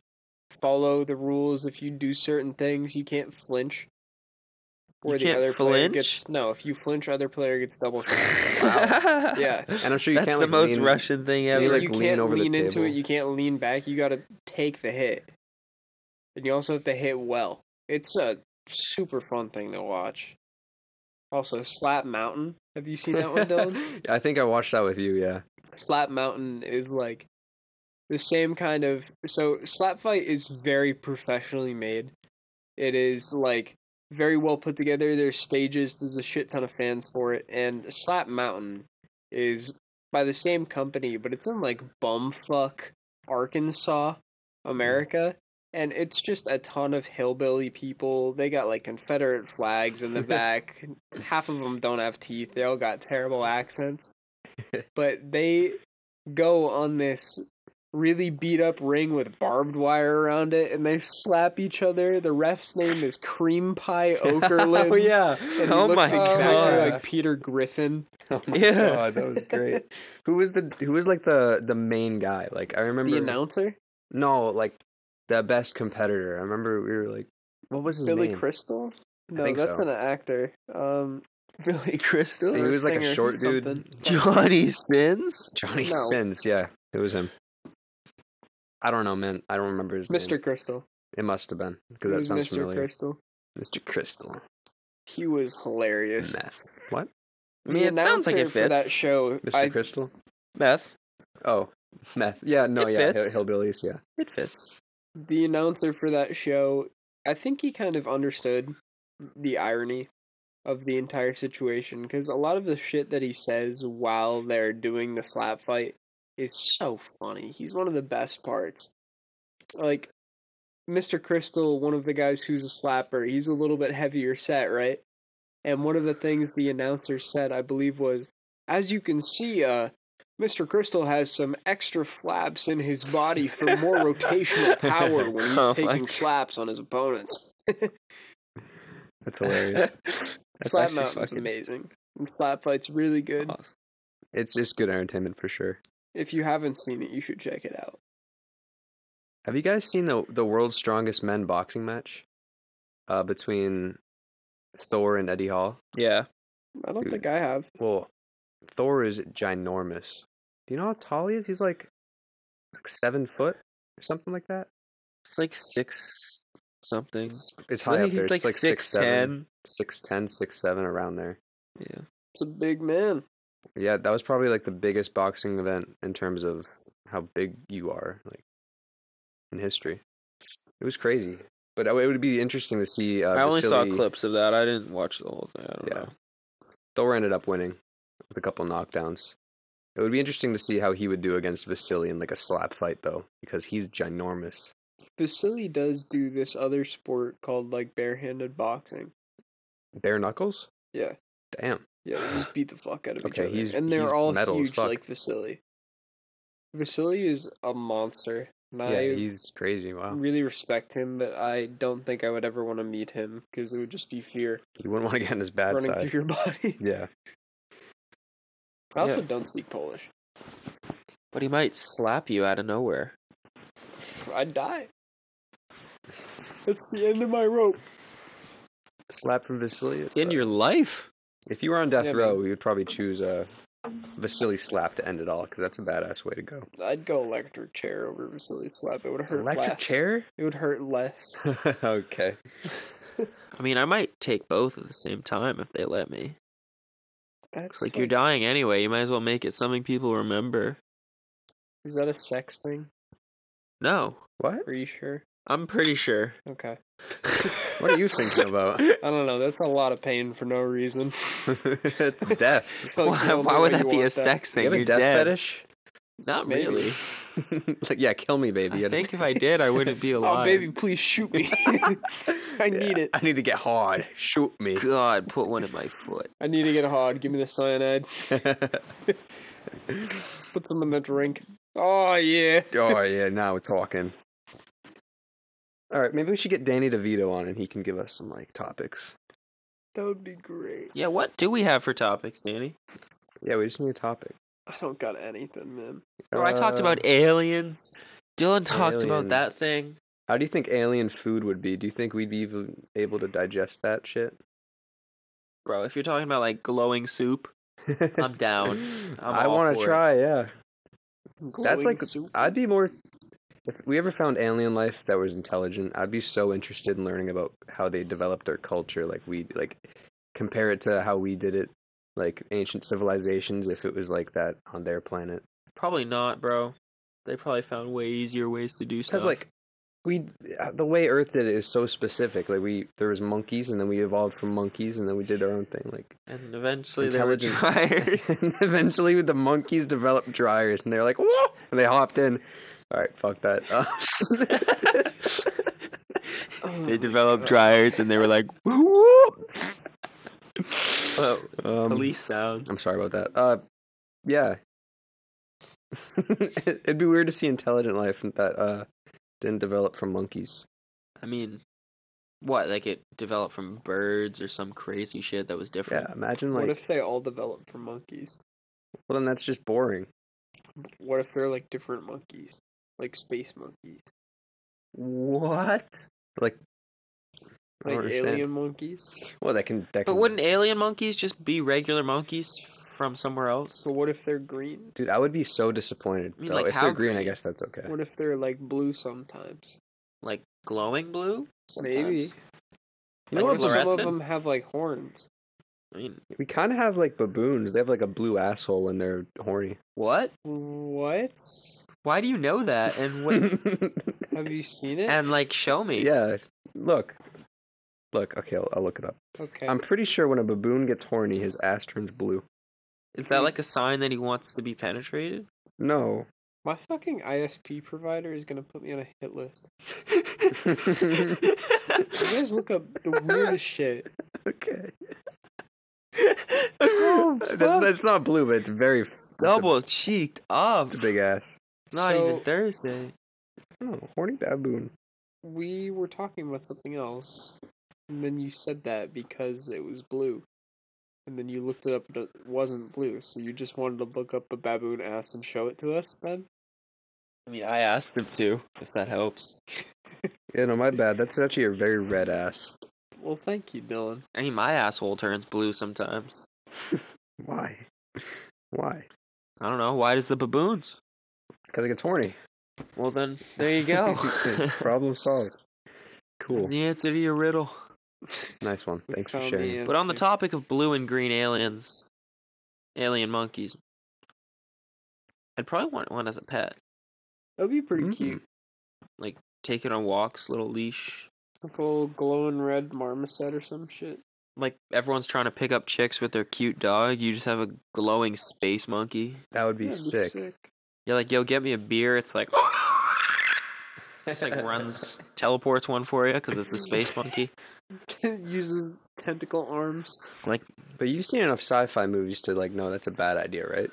Speaker 5: follow the rules. If you do certain things, you can't flinch.
Speaker 1: You
Speaker 5: Or
Speaker 1: can't
Speaker 5: player
Speaker 1: flinch?
Speaker 5: gets no. If you flinch, other player gets double. shot. Yeah.
Speaker 2: And I'm sure you
Speaker 1: That's
Speaker 2: can't.
Speaker 1: the
Speaker 2: like,
Speaker 1: most
Speaker 2: lean-
Speaker 1: Russian thing
Speaker 5: Yeah,
Speaker 1: ever.
Speaker 2: you,
Speaker 5: but
Speaker 2: like,
Speaker 5: you
Speaker 2: lean
Speaker 5: can't
Speaker 2: over the
Speaker 5: lean into
Speaker 2: table.
Speaker 5: it. You can't lean back. You got to take the hit, and you also have to hit well. It's a super fun thing to watch. Also, Slap Mountain. Have you seen that one, Dylan?
Speaker 2: (laughs) I think I watched that with you. Yeah.
Speaker 5: Slap Mountain is like the same kind of so Slap Fight is very professionally made. It is like very well put together. There's stages. There's a shit ton of fans for it. And Slap Mountain is by the same company, but it's in like bumfuck Arkansas, America. And it's just a ton of hillbilly people. They got like Confederate
Speaker 1: (laughs)
Speaker 5: flags in the back. Half of them don't have teeth. They all got terrible accents
Speaker 1: (laughs)
Speaker 5: but they go on this really beat up ring with barbed wire around it and they slap each other. The ref's name is Cream Pie
Speaker 1: (laughs)
Speaker 5: Okerlund.
Speaker 2: (laughs)
Speaker 1: oh yeah.
Speaker 5: And he
Speaker 1: oh
Speaker 5: looks
Speaker 1: my
Speaker 5: exactly
Speaker 1: god.
Speaker 5: like Peter Griffin.
Speaker 2: (laughs) Oh
Speaker 1: my Yeah. God,
Speaker 2: that was great. who was the who was like the the main guy? Like I remember.
Speaker 5: The announcer?
Speaker 2: No, like the best competitor. I remember we were like What was his
Speaker 5: Billy
Speaker 2: name?
Speaker 5: Crystal? No,
Speaker 2: think
Speaker 5: that's
Speaker 2: so.
Speaker 5: an actor. Um, (laughs) Billy Crystal.
Speaker 2: He
Speaker 5: or
Speaker 2: was like a
Speaker 5: singer,
Speaker 2: short
Speaker 5: he's
Speaker 2: dude.
Speaker 5: something.
Speaker 1: (laughs)
Speaker 5: (laughs)
Speaker 1: Johnny Sins?
Speaker 2: Johnny
Speaker 5: No.
Speaker 2: Sins. Yeah, it was him. I don't know, man. I don't remember his name.
Speaker 5: Mr. Crystal.
Speaker 2: It must have been because
Speaker 5: He
Speaker 2: that
Speaker 5: was
Speaker 2: sounds
Speaker 5: Mr.
Speaker 2: familiar.
Speaker 5: Crystal.
Speaker 2: Mr. Crystal.
Speaker 5: He was hilarious.
Speaker 2: Meth. What?
Speaker 1: I mean,
Speaker 5: the
Speaker 1: it sounds like it
Speaker 5: announcer for
Speaker 1: fits.
Speaker 5: that show.
Speaker 2: Mr.
Speaker 5: I,
Speaker 2: Crystal.
Speaker 1: Meth.
Speaker 2: Oh, meth. Yeah, no,
Speaker 1: It
Speaker 2: yeah, hill-
Speaker 1: fits.
Speaker 2: hillbillies. Yeah,
Speaker 1: It fits.
Speaker 5: the announcer for that show, I think he kind of understood the irony of the entire situation because a lot of the shit that he says while they're doing the slap fight is so funny. He's one of the best parts. Like, Mr. Crystal, one of the guys who's a slapper, he's a little bit heavier set, right? And one of the things the announcer said, I believe, was, as you can see, uh, Mr. Crystal has some extra flaps in his body
Speaker 1: (laughs)
Speaker 5: for more rotational power when he's
Speaker 1: Oh my
Speaker 5: taking
Speaker 1: God.
Speaker 5: slaps on his opponents. (laughs)
Speaker 2: that's hilarious. That's
Speaker 5: Slap
Speaker 2: actually
Speaker 5: Mountain's
Speaker 2: fucking
Speaker 5: amazing. And Slap Fight's really good.
Speaker 2: awesome. It's just good entertainment for sure.
Speaker 5: If you haven't seen it, you should check it out.
Speaker 2: Have you guys seen the the world's strongest men boxing match? Uh, between Thor and Eddie Hall.
Speaker 1: Yeah.
Speaker 5: I don't
Speaker 2: Dude.
Speaker 5: think I have.
Speaker 2: Well, Thor is ginormous. Do you know how tall he is? He's like, like seven foot or something like that.
Speaker 1: It's like six something.
Speaker 2: It's
Speaker 1: I
Speaker 2: high up
Speaker 1: think
Speaker 2: there.
Speaker 1: he's
Speaker 2: It's
Speaker 1: like,
Speaker 2: like
Speaker 1: six
Speaker 2: six seven,
Speaker 1: ten.
Speaker 2: six ten, six seven around there.
Speaker 1: Yeah.
Speaker 5: It's a big man.
Speaker 2: Yeah, that was probably like the biggest boxing event in terms of how big you are, like in history. It was crazy, but it would be interesting to see. Uh,
Speaker 1: I only saw
Speaker 2: Vasily-
Speaker 1: clips of that. I didn't watch the whole thing. I don't
Speaker 2: Yeah.
Speaker 1: know.
Speaker 2: Thor ended up winning with a couple knockdowns. It would be interesting to see how he would do against Vasily in like a slap fight, though, because he's ginormous.
Speaker 5: Vasily does do this other sport called like barehanded boxing.
Speaker 2: Bare knuckles?
Speaker 5: Yeah.
Speaker 2: Damn.
Speaker 5: Yeah, they just beat the fuck out of each
Speaker 2: Okay,
Speaker 5: other.
Speaker 2: he's-
Speaker 5: and they're
Speaker 2: he's
Speaker 5: all
Speaker 2: metal as
Speaker 5: huge
Speaker 2: fuck.
Speaker 5: like Vasily. Vasily is a monster. And I Mm.
Speaker 2: yeah, he's uh, crazy. Wow.
Speaker 5: really respect him, but I don't think I would ever want to meet him because it would just be fear
Speaker 2: You wouldn't want to get in his bad
Speaker 5: running
Speaker 2: side.
Speaker 5: through your (laughs) body.
Speaker 2: Yeah.
Speaker 5: I also
Speaker 1: Yeah.
Speaker 5: don't speak Polish.
Speaker 1: But he might slap you out of nowhere.
Speaker 5: I'd die. That's the end of my rope.
Speaker 2: Slap from Vasily. it's,
Speaker 1: In
Speaker 2: uh,
Speaker 1: your life?
Speaker 2: If you were on death
Speaker 5: Yeah,
Speaker 2: row,
Speaker 5: man.
Speaker 2: we would probably choose a Vasily slap to end it all because that's a badass way
Speaker 5: (laughs)
Speaker 2: to go.
Speaker 5: I'd go electric chair over Vasily slap. It would hurt
Speaker 2: Electric
Speaker 5: less.
Speaker 2: chair?
Speaker 5: It would hurt less.
Speaker 2: okay.
Speaker 1: I mean, I might take both at the same time if they let me.
Speaker 5: That's
Speaker 1: It's like you're dying anyway. You might as well make it something people remember.
Speaker 5: Is that a sex thing?
Speaker 1: No,
Speaker 2: What?
Speaker 5: Are you sure?
Speaker 1: I'm pretty (laughs) sure.
Speaker 5: Okay.
Speaker 2: What are you thinking
Speaker 5: (laughs)
Speaker 2: about? (laughs)
Speaker 5: I don't know. That's a lot of pain for no reason.
Speaker 2: It's death.
Speaker 5: It's like the
Speaker 1: Why,
Speaker 5: only
Speaker 1: why would
Speaker 5: way
Speaker 1: that
Speaker 5: you
Speaker 1: be a
Speaker 5: want
Speaker 1: sex
Speaker 2: You
Speaker 1: thing?
Speaker 2: have a
Speaker 1: You're
Speaker 2: death
Speaker 1: dead.
Speaker 2: fetish?
Speaker 1: Not
Speaker 5: Maybe.
Speaker 1: really.
Speaker 2: like, yeah, kill me,
Speaker 1: (laughs)
Speaker 2: baby.
Speaker 1: I
Speaker 2: just-
Speaker 1: think if I did, I wouldn't (laughs) be alive.
Speaker 5: Oh, baby, please shoot me. I need it.
Speaker 2: (laughs) I need to get hard. Shoot
Speaker 1: (laughs)
Speaker 2: me.
Speaker 1: God, put one in my foot.
Speaker 5: I need to get hard. Give me the
Speaker 2: (laughs)
Speaker 5: cyanide.
Speaker 2: oh
Speaker 5: Put some in the drink. Oh, yeah.
Speaker 2: yeah, now we're talking. All right, maybe we should get Danny DeVito on, and he can give us some like topics.
Speaker 5: That would be great.
Speaker 1: Yeah, what do we have for topics, Danny?
Speaker 2: Yeah, we just need a topic.
Speaker 5: I don't got anything, man.
Speaker 1: Oh, I talked
Speaker 2: Uh,
Speaker 1: about aliens. Dylan talked about that
Speaker 2: aliens.
Speaker 1: thing.
Speaker 2: How do you think alien food would be? Do you think we'd be even able to digest
Speaker 1: (laughs)
Speaker 2: that shit?
Speaker 1: Bro, if you're talking about like glowing soup, I'm
Speaker 2: (laughs)
Speaker 1: down.
Speaker 2: (gasps)
Speaker 1: I'm
Speaker 2: I
Speaker 1: all
Speaker 2: want
Speaker 1: for
Speaker 2: to
Speaker 1: it.
Speaker 2: try. Yeah, that's
Speaker 5: Glowing
Speaker 2: like
Speaker 5: soup.
Speaker 2: I'd be more. If we ever found alien life that was intelligent, I'd be so interested in learning about how they developed their culture. Like we like compare it to how we did it, like ancient civilizations. If it was like that on their planet,
Speaker 1: Probably not, bro. They probably found way easier ways to do stuff.
Speaker 2: because like we uh, the way Earth did it is so specific. Like we there was monkeys, and then we evolved from monkeys, and then we did our own thing. Like
Speaker 1: and eventually they were
Speaker 2: Intelligent.
Speaker 1: (laughs)
Speaker 2: (laughs)
Speaker 1: dryers.
Speaker 2: And eventually, the monkeys developed dryers, and they're like, "Whoa!" and they hopped in. All right, fuck that. (laughs)
Speaker 1: they developed dryers and they were like, whoop.
Speaker 2: Oh, um,
Speaker 1: Police sound.
Speaker 2: I'm sorry about that. Uh, yeah. (laughs) It'd be weird to see intelligent life that uh didn't develop from monkeys.
Speaker 1: I mean, what? Like it developed from birds or some crazy shit that was
Speaker 2: Yeah,
Speaker 1: different.
Speaker 2: imagine
Speaker 5: What
Speaker 2: like.
Speaker 5: if they all developed from monkeys?
Speaker 2: well, then that's just boring.
Speaker 5: What if they're like different monkeys? Like space monkeys.
Speaker 2: What? Like, I don't
Speaker 5: Like
Speaker 2: understand.
Speaker 5: alien monkeys.
Speaker 2: Well, that can. That
Speaker 1: But
Speaker 2: can
Speaker 1: wouldn't alien monkeys just be regular monkeys from somewhere else?
Speaker 5: So what if they're green?
Speaker 2: Dude, I would be so disappointed.
Speaker 1: I mean,
Speaker 2: though.
Speaker 1: like,
Speaker 2: if
Speaker 1: how
Speaker 2: they're green, I
Speaker 1: green?
Speaker 2: guess that's okay.
Speaker 5: What if they're like blue sometimes?
Speaker 1: Like glowing blue? Sometimes?
Speaker 5: Maybe.
Speaker 2: You
Speaker 1: Like
Speaker 2: know
Speaker 5: What if
Speaker 2: what?
Speaker 5: some of
Speaker 1: fluorescent?
Speaker 5: them have like horns?
Speaker 1: I mean,
Speaker 2: We kind of have like baboons. They have like a blue asshole when they're horny.
Speaker 1: what?
Speaker 5: What?
Speaker 1: Why do you know that? And
Speaker 2: (laughs)
Speaker 1: what?
Speaker 5: Have you seen it?
Speaker 1: and like, show me.
Speaker 2: yeah. Look. Look. Okay, I'll, I'll look it up.
Speaker 5: okay.
Speaker 2: I'm pretty sure when a baboon gets horny, his ass turns blue.
Speaker 1: Is that like a sign that he wants to be penetrated? (laughs)
Speaker 2: No. (laughs)
Speaker 5: My fucking ISP provider is gonna put me on a hit list. You guys look up the weirdest shit.
Speaker 2: Okay. (laughs) that's, that's not blue, but it's very it's a-
Speaker 1: Oh, Double cheeked up.
Speaker 2: It's a big ass.
Speaker 1: Not even
Speaker 5: So-
Speaker 1: Thursday.
Speaker 2: Oh, horny baboon.
Speaker 5: We were talking about something else, and then you said that because it was blue. And then you looked it up, but it wasn't blue. So you just wanted to look up a baboon ass and show it to us then?
Speaker 1: I mean, I asked him to, if that helps.
Speaker 2: Yeah, no, my bad. That's actually a very red ass.
Speaker 5: Well, thank you, Dylan.
Speaker 1: I mean, my asshole turns blue sometimes.
Speaker 2: Why? Why?
Speaker 1: I don't know. Why does the baboons?
Speaker 2: Because it gets horny.
Speaker 1: Well, then, there you
Speaker 5: (laughs)
Speaker 1: go.
Speaker 2: (laughs)
Speaker 1: (laughs)
Speaker 2: Problem solved. Cool.
Speaker 1: The answer to your riddle.
Speaker 2: Nice one.
Speaker 5: We
Speaker 2: Thanks for
Speaker 5: found
Speaker 2: sharing.
Speaker 1: But on the
Speaker 5: answer.
Speaker 1: topic of blue and green aliens, alien monkeys, I'd probably want one as a pet.
Speaker 5: That'd be pretty
Speaker 2: Mm.
Speaker 5: cute.
Speaker 1: Take it on walks, little leash.
Speaker 5: Like a little glowing red marmoset or some shit.
Speaker 1: Like everyone's trying to pick up chicks with their cute dog. You just have a glowing space monkey.
Speaker 2: That would be
Speaker 5: That'd
Speaker 2: sick.
Speaker 5: (laughs)
Speaker 1: You're like, yo, get me a beer. It's like, (laughs) just like
Speaker 5: (laughs)
Speaker 1: runs, teleports one for you because it's a space monkey.
Speaker 5: Uses tentacle arms.
Speaker 2: But you've seen enough sci-fi movies to like know that's a bad idea, right?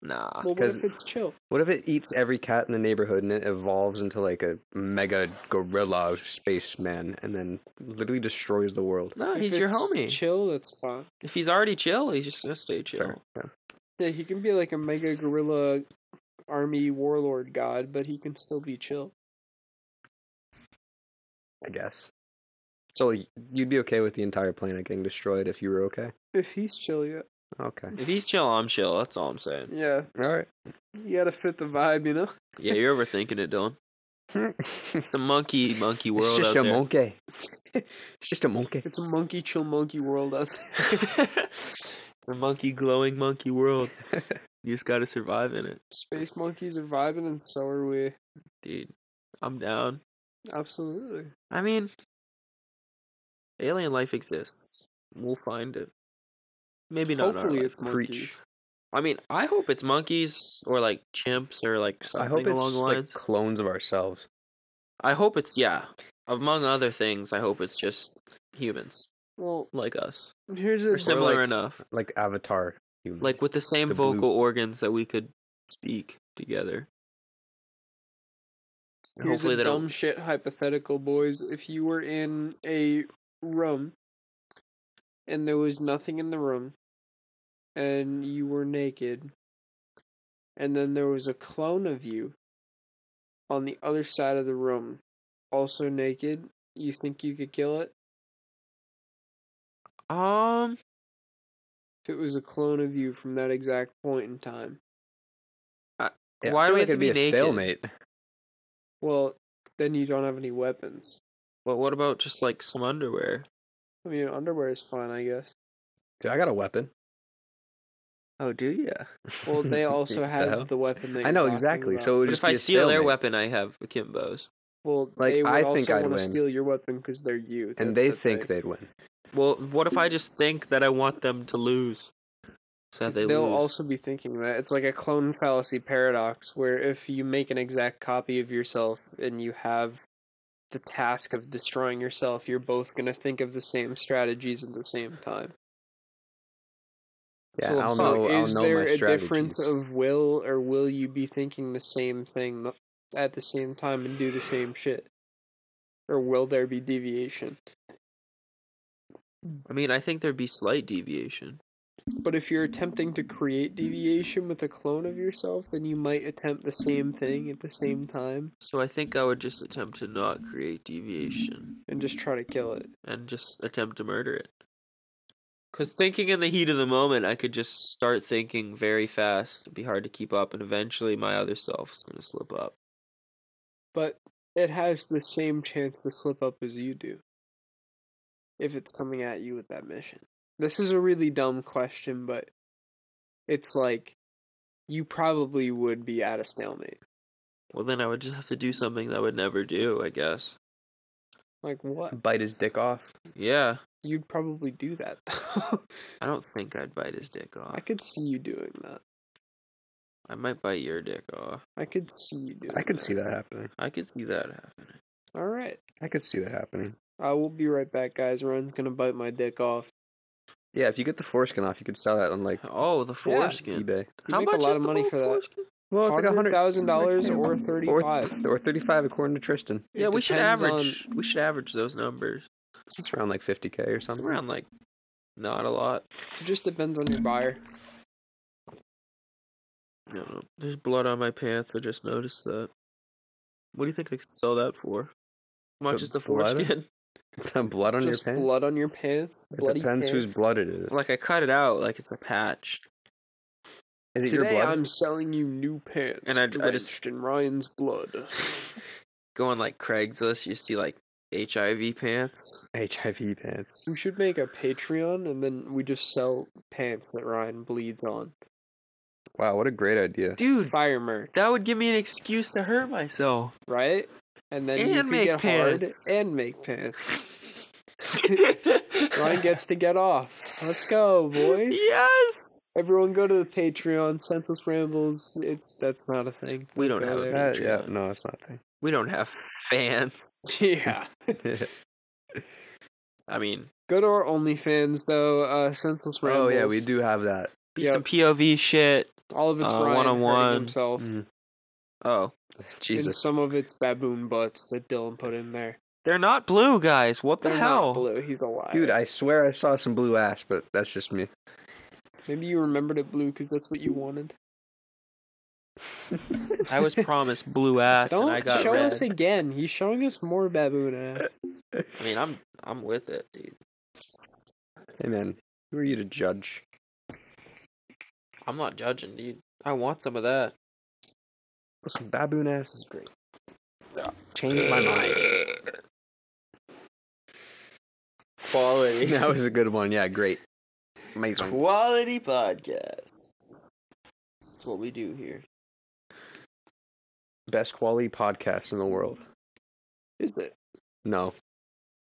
Speaker 1: Nah.
Speaker 5: Well, what
Speaker 2: 'cause-
Speaker 5: if it's chill?
Speaker 2: What if it eats every cat in the neighborhood and it evolves into like a mega gorilla spaceman and then literally destroys the world?
Speaker 1: No,
Speaker 5: If
Speaker 1: he's your
Speaker 5: it's
Speaker 1: homie.
Speaker 5: Chill, that's fine.
Speaker 1: If he's already chill, he's just gonna stay chill.
Speaker 2: Fair. Yeah.
Speaker 5: Yeah, he can be like a mega gorilla army warlord god, but he can still be chill.
Speaker 2: I guess. So y- you'd be okay with the entire planet getting destroyed if you were okay?
Speaker 5: If he's chill, yeah.
Speaker 2: Okay.
Speaker 1: If he's chill, I'm chill. That's all I'm saying.
Speaker 5: Yeah,
Speaker 2: All (laughs) right.
Speaker 5: you gotta fit the vibe, you know?
Speaker 1: Yeah, you're overthinking it, Dylan.
Speaker 2: it's
Speaker 1: It's a monkey, monkey world
Speaker 2: just
Speaker 1: out
Speaker 2: a
Speaker 1: there.
Speaker 2: monkey. (laughs) It's just a monkey.
Speaker 5: It's a monkey chill monkey world out there. (laughs)
Speaker 1: (laughs) it's a monkey, glowing monkey
Speaker 2: (laughs)
Speaker 1: world. you just gotta survive in it,
Speaker 5: Space monkeys are vibing, and so are we.
Speaker 1: dude. I'm down.
Speaker 5: Absolutely.
Speaker 1: I mean, alien life exists. We'll find it. Maybe not. in our
Speaker 5: Hopefully,
Speaker 1: life.
Speaker 5: it's monkeys.
Speaker 1: I mean, I hope it's monkeys or like chimps or like
Speaker 2: I
Speaker 1: something
Speaker 2: hope it's
Speaker 1: along the
Speaker 2: just, like
Speaker 1: lines.
Speaker 2: clones of ourselves.
Speaker 1: I hope it's yeah. Among other things, I hope it's just humans
Speaker 5: Well,
Speaker 1: like us.
Speaker 5: here's a
Speaker 1: We're similar
Speaker 2: like-
Speaker 1: enough.
Speaker 2: Like Avatar humans.
Speaker 1: like with the same
Speaker 2: The blue-
Speaker 1: vocal organs that we could speak together. And
Speaker 5: Here's
Speaker 1: hopefully
Speaker 5: a
Speaker 1: they
Speaker 5: dumb
Speaker 1: don't.
Speaker 5: shit hypothetical, boys. If you were in a room and there was nothing in the room and you were naked and then there was a clone of you on the other side of the room also naked, you think you could kill it?
Speaker 1: Um,
Speaker 5: If it was a clone of you from that exact point in time.
Speaker 2: Yeah, I
Speaker 1: why do
Speaker 2: feel
Speaker 1: we
Speaker 2: like
Speaker 1: have to
Speaker 2: it'd be,
Speaker 1: be
Speaker 2: a
Speaker 1: naked?
Speaker 2: stalemate?
Speaker 5: Well, then you don't have any weapons.
Speaker 1: but what about just like some underwear?
Speaker 5: I mean, underwear is fine, I guess.
Speaker 2: Dude, I got a weapon.
Speaker 1: Oh, do you?
Speaker 5: Well,
Speaker 2: (laughs)
Speaker 5: they also
Speaker 2: The hell?
Speaker 5: have the weapon that
Speaker 2: I
Speaker 5: you're
Speaker 2: know
Speaker 5: talking
Speaker 2: exactly.
Speaker 5: about.
Speaker 2: So it would
Speaker 1: But
Speaker 2: just
Speaker 1: if I
Speaker 2: be a
Speaker 1: steal their
Speaker 2: stalemate.
Speaker 1: weapon, I have akimbos.
Speaker 5: Well,
Speaker 2: Like,
Speaker 5: they would
Speaker 2: I think
Speaker 5: also
Speaker 2: I'd
Speaker 5: want to
Speaker 2: win.
Speaker 5: steal your weapon because they're you,
Speaker 2: and
Speaker 5: that's
Speaker 2: they
Speaker 5: the
Speaker 2: think
Speaker 5: thing.
Speaker 2: they'd win.
Speaker 1: Well, what if I just think that I want them to lose? So that they
Speaker 5: will
Speaker 1: lose.
Speaker 5: also be thinking that it's like a clone fallacy paradox, where if you make an exact copy of yourself and you have the task of destroying yourself, you're both gonna think of the same strategies at the same time.
Speaker 2: Yeah,
Speaker 5: Well,
Speaker 2: I'll
Speaker 5: so
Speaker 2: know. I'll
Speaker 5: is
Speaker 2: know
Speaker 5: there
Speaker 2: my
Speaker 5: a
Speaker 2: strategies.
Speaker 5: difference of will, or will (laughs) you be thinking the same thing at the same time and do the same shit, or will there be deviation?
Speaker 1: I mean, I think there'd be slight deviation.
Speaker 5: But if you're attempting to create deviation with a clone of yourself, then you might attempt the same thing at the same time
Speaker 1: So I think I would just attempt to not create deviation
Speaker 5: and just try to kill it.
Speaker 1: and just attempt to murder it. Because thinking in the heat of the moment, I could just start thinking very fast. It'd be hard to keep up, and eventually my other self is going to slip up.
Speaker 5: But it has the same chance to slip up as you do if it's coming at you with that mission. This is a really dumb question, but it's like you probably would be at a stalemate.
Speaker 1: Well, then I would just have to do something that I would never do, I guess.
Speaker 5: Like what?
Speaker 2: Bite his dick off.
Speaker 1: Yeah,
Speaker 5: You'd probably do that.
Speaker 1: I don't think I'd bite his dick off.
Speaker 5: I could see you doing that.
Speaker 1: I might bite your dick off.
Speaker 5: I could see you doing.
Speaker 2: I could see that happening.
Speaker 1: I could see that happening.
Speaker 5: All right.
Speaker 2: I could see that happening.
Speaker 5: I will be right back, guys. Ron's gonna bite my dick off.
Speaker 2: Yeah, if you get the foreskin off, you could sell that on like
Speaker 1: Oh, the foreskin.
Speaker 2: eBay.
Speaker 5: You make a lot of money for that.
Speaker 2: Well, it's like a hundred (laughs)
Speaker 5: $100,000 or
Speaker 2: or,
Speaker 5: 35.
Speaker 2: or thirty-five according to Tristan.
Speaker 5: It
Speaker 1: Yeah, we should
Speaker 5: depends on-
Speaker 1: average. We should average those numbers.
Speaker 2: It's around like fifty k or
Speaker 1: It's
Speaker 2: something. (laughs)
Speaker 1: around like not a lot.
Speaker 5: It just depends on your buyer.
Speaker 1: I don't know. There's blood on my pants. I just noticed that. What do you think I could sell that for? How much
Speaker 2: The
Speaker 1: is the
Speaker 2: blood?
Speaker 1: foreskin? (laughs)
Speaker 2: The blood on
Speaker 5: just
Speaker 2: your pants.
Speaker 5: blood on your pants.
Speaker 2: It
Speaker 5: bloody
Speaker 2: depends
Speaker 5: pants.
Speaker 2: whose blood it is.
Speaker 1: like I cut it out, like it's a patch.
Speaker 2: is it
Speaker 5: Today
Speaker 2: your blood?
Speaker 5: I'm selling you new pants,
Speaker 1: And I- I just-
Speaker 5: drenched in Ryan's blood.
Speaker 1: Go on like Craigslist, you see like HIV pants.
Speaker 2: (laughs) HIV pants.
Speaker 5: we should make a Patreon, and then we just sell pants that Ryan bleeds on.
Speaker 2: Wow, what a great idea.
Speaker 1: Dude,
Speaker 5: Fire merch,
Speaker 1: that would give me an excuse to hurt myself.
Speaker 5: (laughs) right? And then you
Speaker 1: And
Speaker 5: can
Speaker 1: make
Speaker 5: get
Speaker 1: pants.
Speaker 5: hard and
Speaker 1: (laughs)
Speaker 5: make pants. Ryan gets to get off. Let's go, boys.
Speaker 1: Yes.
Speaker 5: Everyone go to the Patreon, Senseless Rambles. It's that's not a thing. (laughs)
Speaker 1: We don't have a
Speaker 2: Uh, yeah,
Speaker 1: Patreon.
Speaker 2: no, it's not a thing.
Speaker 1: We don't have fans.
Speaker 5: Yeah.
Speaker 2: (laughs)
Speaker 1: I mean,
Speaker 5: Go to our OnlyFans though, uh Senseless
Speaker 2: Oh
Speaker 5: Rambles.
Speaker 2: yeah, we do have that.
Speaker 1: be
Speaker 5: Yep.
Speaker 1: some POV shit.
Speaker 5: All of it's
Speaker 1: Uh,
Speaker 5: Ryan hurting
Speaker 1: one-on-one.
Speaker 5: himself.
Speaker 1: Oh,
Speaker 5: And
Speaker 2: Jesus,
Speaker 5: some of it's baboon butts that Dylan put in there.
Speaker 1: they're not blue, guys. What the
Speaker 5: They're
Speaker 1: hell?
Speaker 5: not blue. He's alive.
Speaker 2: dude, I swear I saw some blue ass, but that's just me.
Speaker 5: Maybe you remembered it blue because that's what you wanted.
Speaker 1: I was promised (laughs) blue ass,
Speaker 5: Don't
Speaker 1: and I got
Speaker 5: show
Speaker 1: red.
Speaker 5: us again. He's showing us more baboon ass.
Speaker 1: I mean, I'm I'm with it, dude.
Speaker 2: Hey man, who are you to judge? (laughs)
Speaker 1: I'm not judging, dude. I want some of that.
Speaker 2: Listen, baboon ass is great. Changed my mind.
Speaker 1: Quality.
Speaker 2: that was a good one. Yeah, great. Amazing.
Speaker 1: Quality podcasts. That's what we do here.
Speaker 2: Best quality podcast in the world.
Speaker 5: Is it?
Speaker 2: No,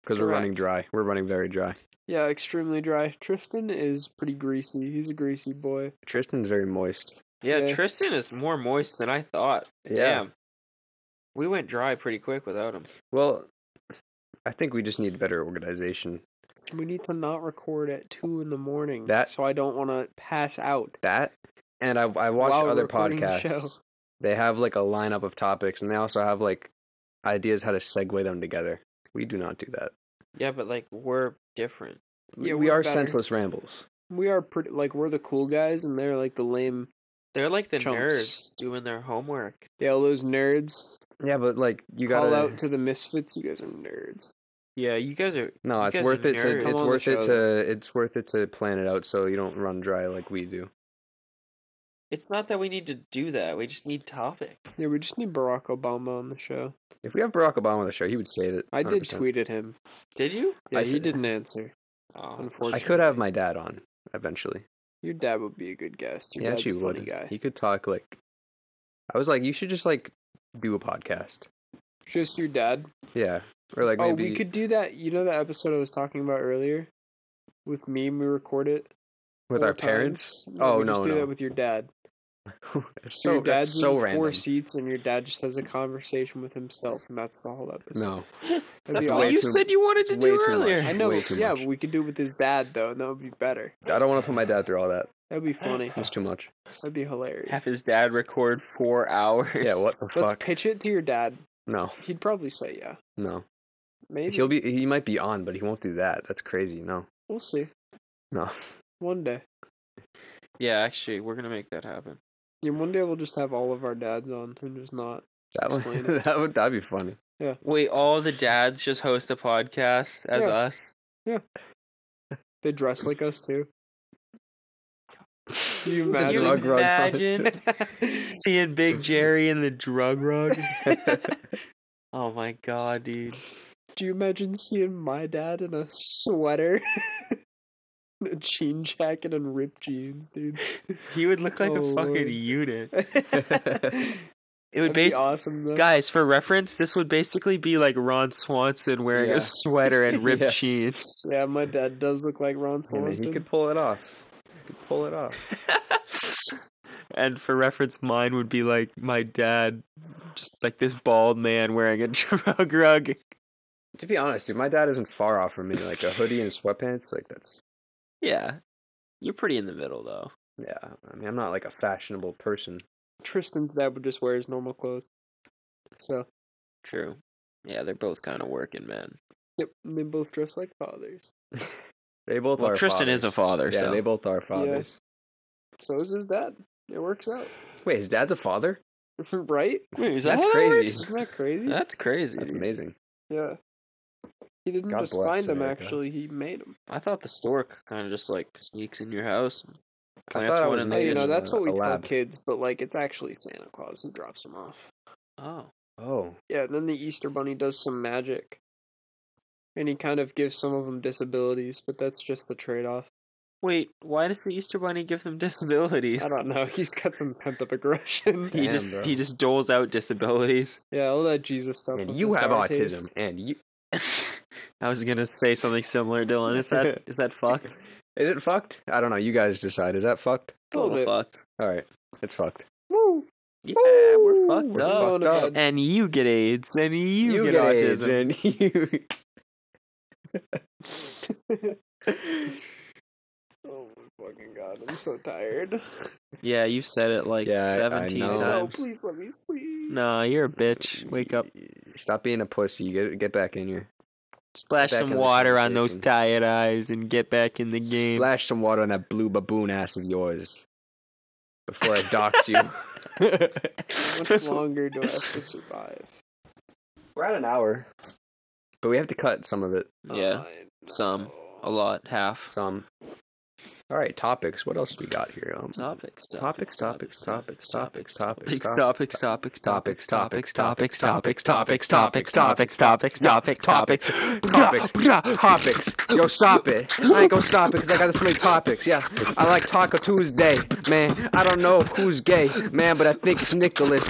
Speaker 2: because we're
Speaker 5: Correct.
Speaker 2: running dry. We're running very dry.
Speaker 5: Yeah, extremely dry. Tristan is pretty greasy. He's a greasy boy.
Speaker 2: Tristan's very moist.
Speaker 1: Yeah,
Speaker 5: Yeah.
Speaker 1: Tristan is more moist than I thought. Damn. We went dry pretty quick without him.
Speaker 2: Well, I think we just need better organization.
Speaker 5: We need to not record at two in the morning.
Speaker 2: That-
Speaker 5: so I don't want to pass out.
Speaker 2: That, and I I watch
Speaker 5: While
Speaker 2: other
Speaker 5: recording the
Speaker 2: podcasts.
Speaker 5: show.
Speaker 2: They have like a lineup of topics, and they also have like ideas how to segue them together. We do not do that.
Speaker 1: Yeah, but like we're different.
Speaker 5: Yeah,
Speaker 2: we
Speaker 5: we're
Speaker 2: are
Speaker 5: better.
Speaker 2: senseless rambles.
Speaker 5: We are pretty like we're the cool guys, and they're like the lame.
Speaker 1: They're like the
Speaker 5: Chumps.
Speaker 1: nerds doing their homework.
Speaker 5: Yeah, all those nerds.
Speaker 2: Yeah, but like you
Speaker 5: Call
Speaker 2: gotta.
Speaker 5: out to the misfits. You guys are nerds.
Speaker 1: Yeah, you guys are.
Speaker 2: no,
Speaker 1: you
Speaker 2: it's
Speaker 1: guys
Speaker 2: worth
Speaker 1: are
Speaker 2: it. To,
Speaker 1: nerds.
Speaker 5: Come
Speaker 2: it's
Speaker 5: on the
Speaker 2: worth it
Speaker 5: show.
Speaker 2: to. It's worth it to plan it out so you don't run dry like we do.
Speaker 1: It's not that we need to do that. We just need topics.
Speaker 5: Yeah, we just need Barack Obama on the show.
Speaker 2: If we have Barack Obama on the show, he would say that.
Speaker 5: I did tweet at him.
Speaker 1: Did you?
Speaker 5: Yeah,
Speaker 2: I
Speaker 5: he
Speaker 2: said-
Speaker 5: didn't answer.
Speaker 1: Oh,
Speaker 5: Unfortunately.
Speaker 2: I could have my dad on eventually.
Speaker 5: Your dad would be a good guest. Your
Speaker 2: yeah,
Speaker 5: dad's
Speaker 2: actually,
Speaker 5: a funny
Speaker 2: would.
Speaker 5: guy.
Speaker 2: He could talk like. I was like, you should just like do a podcast.
Speaker 5: Just your dad.
Speaker 2: Yeah, or like
Speaker 5: oh,
Speaker 2: maybe
Speaker 5: we could do that. You know that episode I was talking about earlier with me. and We record it
Speaker 2: with
Speaker 5: four
Speaker 2: our parents.
Speaker 5: times?
Speaker 2: Oh
Speaker 5: we
Speaker 2: no,
Speaker 5: just do
Speaker 2: no.
Speaker 5: that with your dad.
Speaker 2: It's
Speaker 5: So
Speaker 2: so
Speaker 5: your dad's
Speaker 2: that's so
Speaker 5: in
Speaker 2: random.
Speaker 5: four seats, and your dad just has a conversation with himself, and that's the whole episode.
Speaker 2: No,
Speaker 5: That'd
Speaker 2: that's
Speaker 5: be
Speaker 2: way
Speaker 5: awesome.
Speaker 2: too-
Speaker 1: you wanted
Speaker 2: it's way too much.
Speaker 5: I know,
Speaker 2: way
Speaker 5: but-
Speaker 2: too
Speaker 5: yeah,
Speaker 2: much.
Speaker 5: but we could do it with his dad though, and that would be better.
Speaker 2: I don't want to put my dad through all that.
Speaker 5: That'd be funny.
Speaker 2: It's too much.
Speaker 5: That'd be hilarious.
Speaker 1: Have his dad record four hours.
Speaker 2: Yeah, what the
Speaker 5: Let's
Speaker 2: fuck?
Speaker 5: pitch it to your dad.
Speaker 2: No,
Speaker 5: He'd probably say yeah.
Speaker 2: no.
Speaker 5: Maybe
Speaker 2: He'll be. He might be on, but he won't do that. That's crazy. No, (laughs)
Speaker 5: we'll see
Speaker 2: no.
Speaker 5: one day.
Speaker 1: (laughs) Yeah, actually, we're gonna make that happen.
Speaker 5: Yeah, one day we'll just have all of our dads on and just not.
Speaker 2: That
Speaker 5: Explain
Speaker 2: would, that would that'd be funny.
Speaker 1: Wait, all the dads just host a podcast as
Speaker 5: Yeah.
Speaker 1: us.
Speaker 5: They dress like us too.
Speaker 2: (laughs)
Speaker 5: Can you
Speaker 1: Can you
Speaker 5: imagine?
Speaker 1: (laughs)
Speaker 2: Drug rug
Speaker 1: imagine
Speaker 5: (laughs)
Speaker 1: seeing Big Jerry in the drug rug? (laughs) oh my god, dude!
Speaker 5: Do you imagine seeing my dad in a sweater? (laughs) a jean jacket and ripped jeans, dude.
Speaker 1: He would look like
Speaker 5: Oh,
Speaker 1: a fucking
Speaker 5: Lord.
Speaker 1: unit.
Speaker 5: (laughs) That'd
Speaker 1: It would
Speaker 5: be
Speaker 1: base
Speaker 5: awesome though.
Speaker 1: guys for reference. This would basically be like Ron Swanson wearing
Speaker 2: Yeah.
Speaker 1: a sweater and (laughs) ripped
Speaker 2: Yeah.
Speaker 1: jeans.
Speaker 5: Yeah, my dad does look like Ron
Speaker 2: I mean,
Speaker 5: Swanson.
Speaker 2: he could pull it off. He could pull it off.
Speaker 1: (laughs) and for reference, mine would be like my dad, just like this bald man wearing a (laughs) drug rug.
Speaker 2: to be honest, dude, my dad isn't far off from me. Like a hoodie and sweatpants, like that's
Speaker 1: Yeah, you're pretty in the middle though.
Speaker 2: yeah. I mean, I'm not like a fashionable person.
Speaker 5: Tristan's dad would just wear his normal clothes. So,
Speaker 1: True. Yeah, they're both kind of working men.
Speaker 5: yep, and they both dress like fathers.
Speaker 2: They both
Speaker 1: Well,
Speaker 2: are.
Speaker 1: Tristan
Speaker 2: fathers.
Speaker 1: is a father,
Speaker 2: Yeah,
Speaker 1: so
Speaker 2: they both are fathers.
Speaker 5: So is his dad. It works out, (laughs)
Speaker 2: Wait, his dad's a father?
Speaker 5: right?
Speaker 1: Wait, is
Speaker 2: That's
Speaker 1: how that
Speaker 2: crazy.
Speaker 1: works?
Speaker 5: Isn't that crazy?
Speaker 1: That's crazy.
Speaker 2: That's
Speaker 1: dude.
Speaker 2: amazing.
Speaker 5: yeah. He didn't
Speaker 2: God
Speaker 5: just
Speaker 2: bless
Speaker 5: find him.
Speaker 2: America.
Speaker 5: Actually, he made him.
Speaker 1: I thought the stork kind of just like sneaks in your house. and
Speaker 2: I
Speaker 1: plants
Speaker 2: thought I
Speaker 1: one
Speaker 2: was
Speaker 1: in the
Speaker 5: Hey, Oh, you
Speaker 2: made
Speaker 5: know
Speaker 2: in
Speaker 5: that's
Speaker 2: a-
Speaker 5: what we
Speaker 2: a
Speaker 5: tell
Speaker 2: lab.
Speaker 5: kids, but like it's actually Santa Claus who drops him off.
Speaker 1: Oh,
Speaker 2: Oh,
Speaker 5: Yeah, and then the Easter Bunny does some magic, and he kind of gives some of them disabilities, but that's just the trade-off.
Speaker 1: wait. Why does the Easter Bunny give them (laughs) disabilities?
Speaker 5: I don't know. (laughs) He's got some pent-up aggression.
Speaker 1: He
Speaker 2: Damn,
Speaker 1: just
Speaker 2: bro.
Speaker 1: he just doles out
Speaker 2: (laughs)
Speaker 1: disabilities.
Speaker 5: (laughs) yeah, all that Jesus stuff.
Speaker 2: and
Speaker 5: with
Speaker 2: you
Speaker 5: the
Speaker 2: have
Speaker 5: sour taste.
Speaker 2: autism, and you
Speaker 1: I was gonna say something similar, Dylan. Is that is
Speaker 2: (laughs)
Speaker 1: that fucked?
Speaker 2: is it fucked? I don't know. You guys decide. Is that fucked?
Speaker 5: A little bit.
Speaker 1: fucked.
Speaker 2: All right, it's fucked.
Speaker 5: Woo. (laughs)
Speaker 1: Yeah,
Speaker 5: Woo!
Speaker 1: we're fucked
Speaker 5: We're
Speaker 1: up.
Speaker 5: going to
Speaker 2: Fucked up.
Speaker 5: bed.
Speaker 1: And you get AIDS, and you, get,
Speaker 2: AIDS,
Speaker 1: autism.
Speaker 2: and (laughs) you.
Speaker 5: Oh my fucking god, I'm so tired.
Speaker 1: Yeah, you said it like
Speaker 2: Yeah, I- I
Speaker 1: seventeen
Speaker 2: know.
Speaker 5: No,
Speaker 1: times.
Speaker 5: please let me sleep.
Speaker 1: No, you're a bitch. Wake up.
Speaker 2: Stop being a pussy. Get get back in here.
Speaker 1: Splash
Speaker 2: Back
Speaker 1: some
Speaker 2: in the
Speaker 1: water on those
Speaker 2: conversation.
Speaker 1: tired eyes and get back in the game.
Speaker 2: Splash some water on that blue baboon ass of yours. Before I dox you.
Speaker 5: How
Speaker 1: (laughs)
Speaker 5: much longer do I have to survive?
Speaker 2: We're at an hour, but we have to cut some of it.
Speaker 1: yeah, some, a lot, half.
Speaker 2: Some. All right, topics. What else we got here? Um,
Speaker 1: Topics,
Speaker 2: topics, topics, topics, topics, topics,
Speaker 1: Topics, topics, topics, topics, topics, topics, topics, topics, topics, topics, topics, topics, topics, (laughs)
Speaker 2: topics, topics. Yo, stop it. I ain't gonna stop it because I got so many topics. Yeah, I like Taco Tuesday, man. I don't know who's gay, man, but I think it's Nicholas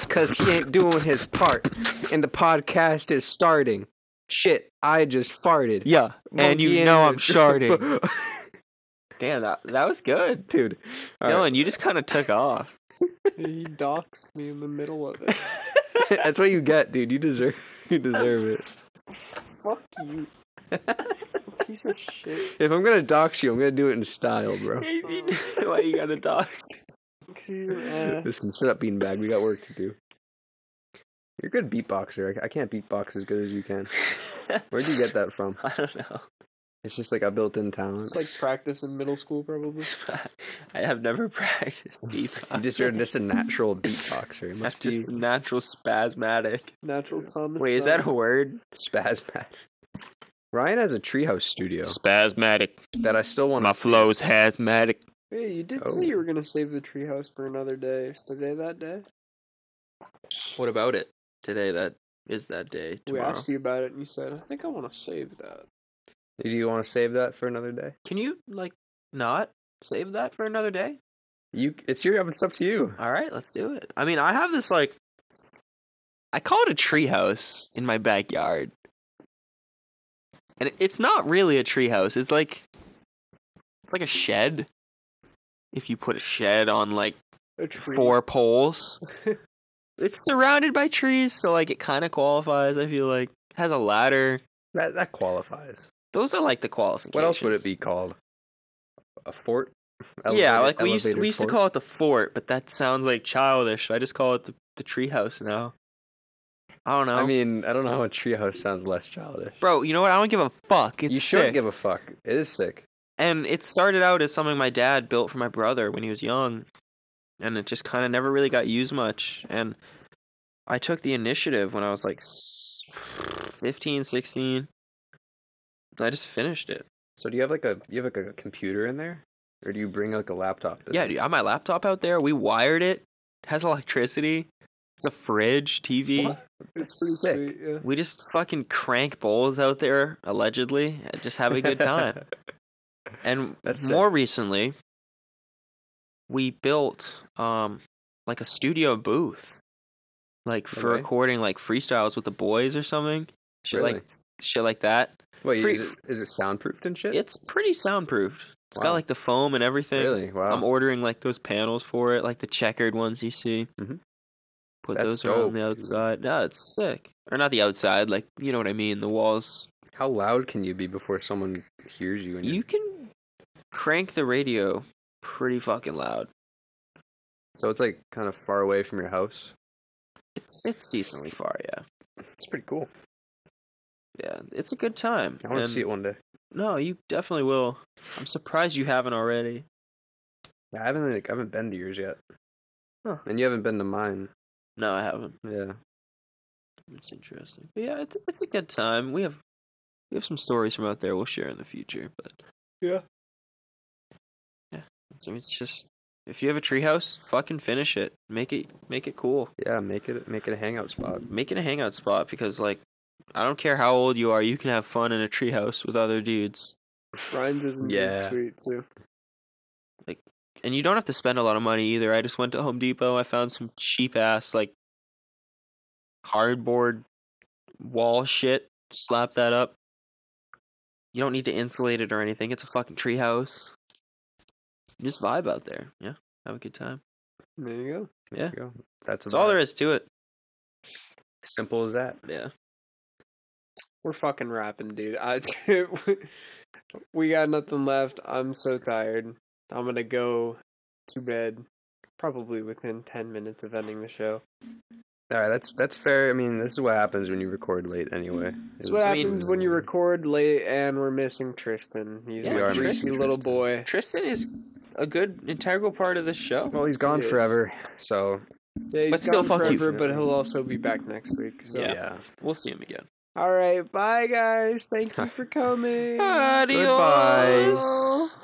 Speaker 2: because he ain't doing his part. And the podcast is starting. Shit, I just farted.
Speaker 1: Yeah, and
Speaker 2: Monkey
Speaker 1: you
Speaker 2: in
Speaker 1: know
Speaker 2: it. (laughs)
Speaker 1: I'm (laughs) sharding. Damn, that, that was good.
Speaker 2: Dude. (laughs) All
Speaker 1: Dylan,
Speaker 2: right.
Speaker 1: you just kind of took off.
Speaker 5: He doxed me in the middle of it.
Speaker 2: That's what you get, dude. You deserve (laughs) you deserve it.
Speaker 5: Fuck you. Piece of shit.
Speaker 2: If I'm gonna dox you, I'm gonna do it in style,
Speaker 1: (laughs)
Speaker 2: bro.
Speaker 1: Why you got a dog?
Speaker 5: 'Cause he's an
Speaker 2: (laughs)
Speaker 5: ass.
Speaker 2: Listen, sit up, beanbag. We got work to do. You're a good beatboxer. I, I can't beatbox as good as you can. Where'd you get that from?
Speaker 1: I don't know. (laughs)
Speaker 2: It's just like a built-in talent.
Speaker 5: It's like practice in middle school, probably.
Speaker 1: I have never (laughs) practiced beatbox.
Speaker 2: you just you're just a natural beatboxer. You
Speaker 1: I'm
Speaker 2: must
Speaker 1: just
Speaker 2: be
Speaker 1: natural spasmatic.
Speaker 5: Natural Thomas.
Speaker 1: Wait, is that a word?
Speaker 2: spasmatic. Ryan has a treehouse studio
Speaker 1: Spasmatic.
Speaker 2: that I still want to.
Speaker 1: flow's hazmatic.
Speaker 5: Hey, you did
Speaker 2: Oh.
Speaker 5: say you were gonna save the treehouse for another day. Is today that day?
Speaker 1: What about it? Today that is that day.
Speaker 5: We
Speaker 1: Tomorrow.
Speaker 5: asked you about it, and you said, "I think I want to save that."
Speaker 2: Do you want to save that for another day?
Speaker 1: Can you like not save that for another day?
Speaker 2: You, it's your. It's up to you.
Speaker 1: All right, let's do it. I mean, I have this like I call it a treehouse in my backyard. And it- it's not really a treehouse. It's like it's like a shed. If you put a shed on like
Speaker 5: A tree.
Speaker 1: four
Speaker 2: (laughs)
Speaker 1: poles. it's surrounded by trees, so like it kind of qualifies, I feel like. Has a ladder.
Speaker 2: That that qualifies.
Speaker 1: Those are like the qualifications.
Speaker 2: What else would it be called? A fort.
Speaker 1: yeah,
Speaker 2: Elevated-
Speaker 1: like we used to,
Speaker 2: elevated
Speaker 1: we used
Speaker 2: fort?
Speaker 1: to call it the fort, but that sounds like childish. So I just call it the, the treehouse now. I don't know.
Speaker 2: I mean, I don't know how a treehouse sounds less childish.
Speaker 1: bro, you know what? I don't give a fuck. It's
Speaker 2: you should
Speaker 1: sick.
Speaker 2: give a fuck. It is sick.
Speaker 1: And it started out as something my dad built for my brother when he was young, and it just kind of never really got used much. And I took the initiative when I was like s- 15, 16. And I just finished it.
Speaker 2: So do you have like a you have like a computer in there, or do you bring like a laptop? in?
Speaker 1: Yeah, dude, I have my laptop out there. We wired it. It has electricity. It's a fridge, TV.
Speaker 2: What?
Speaker 5: It's pretty
Speaker 2: Sick.
Speaker 5: sweet. Yeah.
Speaker 1: We just fucking crank bowls out there, allegedly, and just have a good time.
Speaker 2: (laughs)
Speaker 1: And
Speaker 2: That's sick.
Speaker 1: more recently, we built um like a studio booth, like for
Speaker 2: Okay.
Speaker 1: recording like freestyles with the boys or something, shit like
Speaker 2: Really?
Speaker 1: shit like that.
Speaker 2: Wait,
Speaker 1: Free-
Speaker 2: is it, is it soundproofed and shit?
Speaker 1: It's pretty soundproof. It's got
Speaker 2: Wow.
Speaker 1: like the foam and everything.
Speaker 2: really wow.
Speaker 1: I'm ordering like those panels for it, like the checkered ones you see.
Speaker 2: Mhm.
Speaker 1: Put
Speaker 2: That's
Speaker 1: those around
Speaker 2: dope,
Speaker 1: the
Speaker 2: dude.
Speaker 1: outside. No, it's sick. Or not the outside, like you know what I mean. The walls.
Speaker 2: How loud can you be before someone hears you? And
Speaker 1: You can crank the radio pretty fucking loud.
Speaker 2: so it's like kind of far away from your house.
Speaker 1: It's it's decently far, yeah,
Speaker 2: It's pretty cool.
Speaker 1: yeah. It's a good time.
Speaker 2: I want to
Speaker 1: and-
Speaker 2: see it one day.
Speaker 1: No, you definitely will. I'm surprised you haven't already.
Speaker 2: Yeah, I haven't like I haven't been to yours yet.
Speaker 1: Huh.
Speaker 2: And you haven't been to mine.
Speaker 1: No, I haven't.
Speaker 2: Yeah.
Speaker 1: It's interesting. But yeah, it's it's a good time. We have we have some stories from out there we'll share in the future, but
Speaker 5: Yeah.
Speaker 1: Yeah. So it's just if you have a treehouse, fucking finish it. Make it make it cool.
Speaker 2: Yeah, make it make it a hangout spot.
Speaker 1: Make it uh, a hangout spot because like I don't care how old you are, you can have fun in a treehouse with other dudes.
Speaker 5: Ryan's is indeed
Speaker 2: Yeah.
Speaker 5: sweet too.
Speaker 1: And you don't have to spend a lot of money either. I just went to Home Depot, I found some cheap ass like cardboard wall shit, slap that up. You don't need to insulate it or anything. It's a fucking treehouse. You Just vibe out there. Yeah. Have a good time.
Speaker 5: There you go.
Speaker 1: Yeah.
Speaker 2: There you go. That's,
Speaker 1: That's all there is to it.
Speaker 2: Simple as that.
Speaker 1: Yeah.
Speaker 5: We're fucking rapping, dude. I, dude, (laughs) we got nothing left. I'm so tired. I'm gonna go to bed probably within ten minutes of ending the show.
Speaker 2: All right, that's that's fair. I mean, this is what happens when you record late, anyway.
Speaker 5: That's what happens when you
Speaker 2: mm.
Speaker 5: record late and we're missing Tristan. He's
Speaker 1: Yeah,
Speaker 5: a
Speaker 1: mm. we are
Speaker 5: greasy
Speaker 2: missing
Speaker 5: little
Speaker 2: Tristan.
Speaker 5: boy.
Speaker 1: Tristan is a good integral part of this show.
Speaker 2: Well, he's gone
Speaker 5: It is.
Speaker 2: forever, so
Speaker 5: Yeah, he's
Speaker 1: But still,
Speaker 5: gone
Speaker 1: fuck you.
Speaker 5: forever, But he'll also be back next week. So.
Speaker 1: Yeah.
Speaker 2: yeah.
Speaker 1: We'll see him again. (laughs)
Speaker 5: All right, bye guys. Thank you for coming.
Speaker 1: Adios.
Speaker 2: Goodbye.
Speaker 1: (laughs)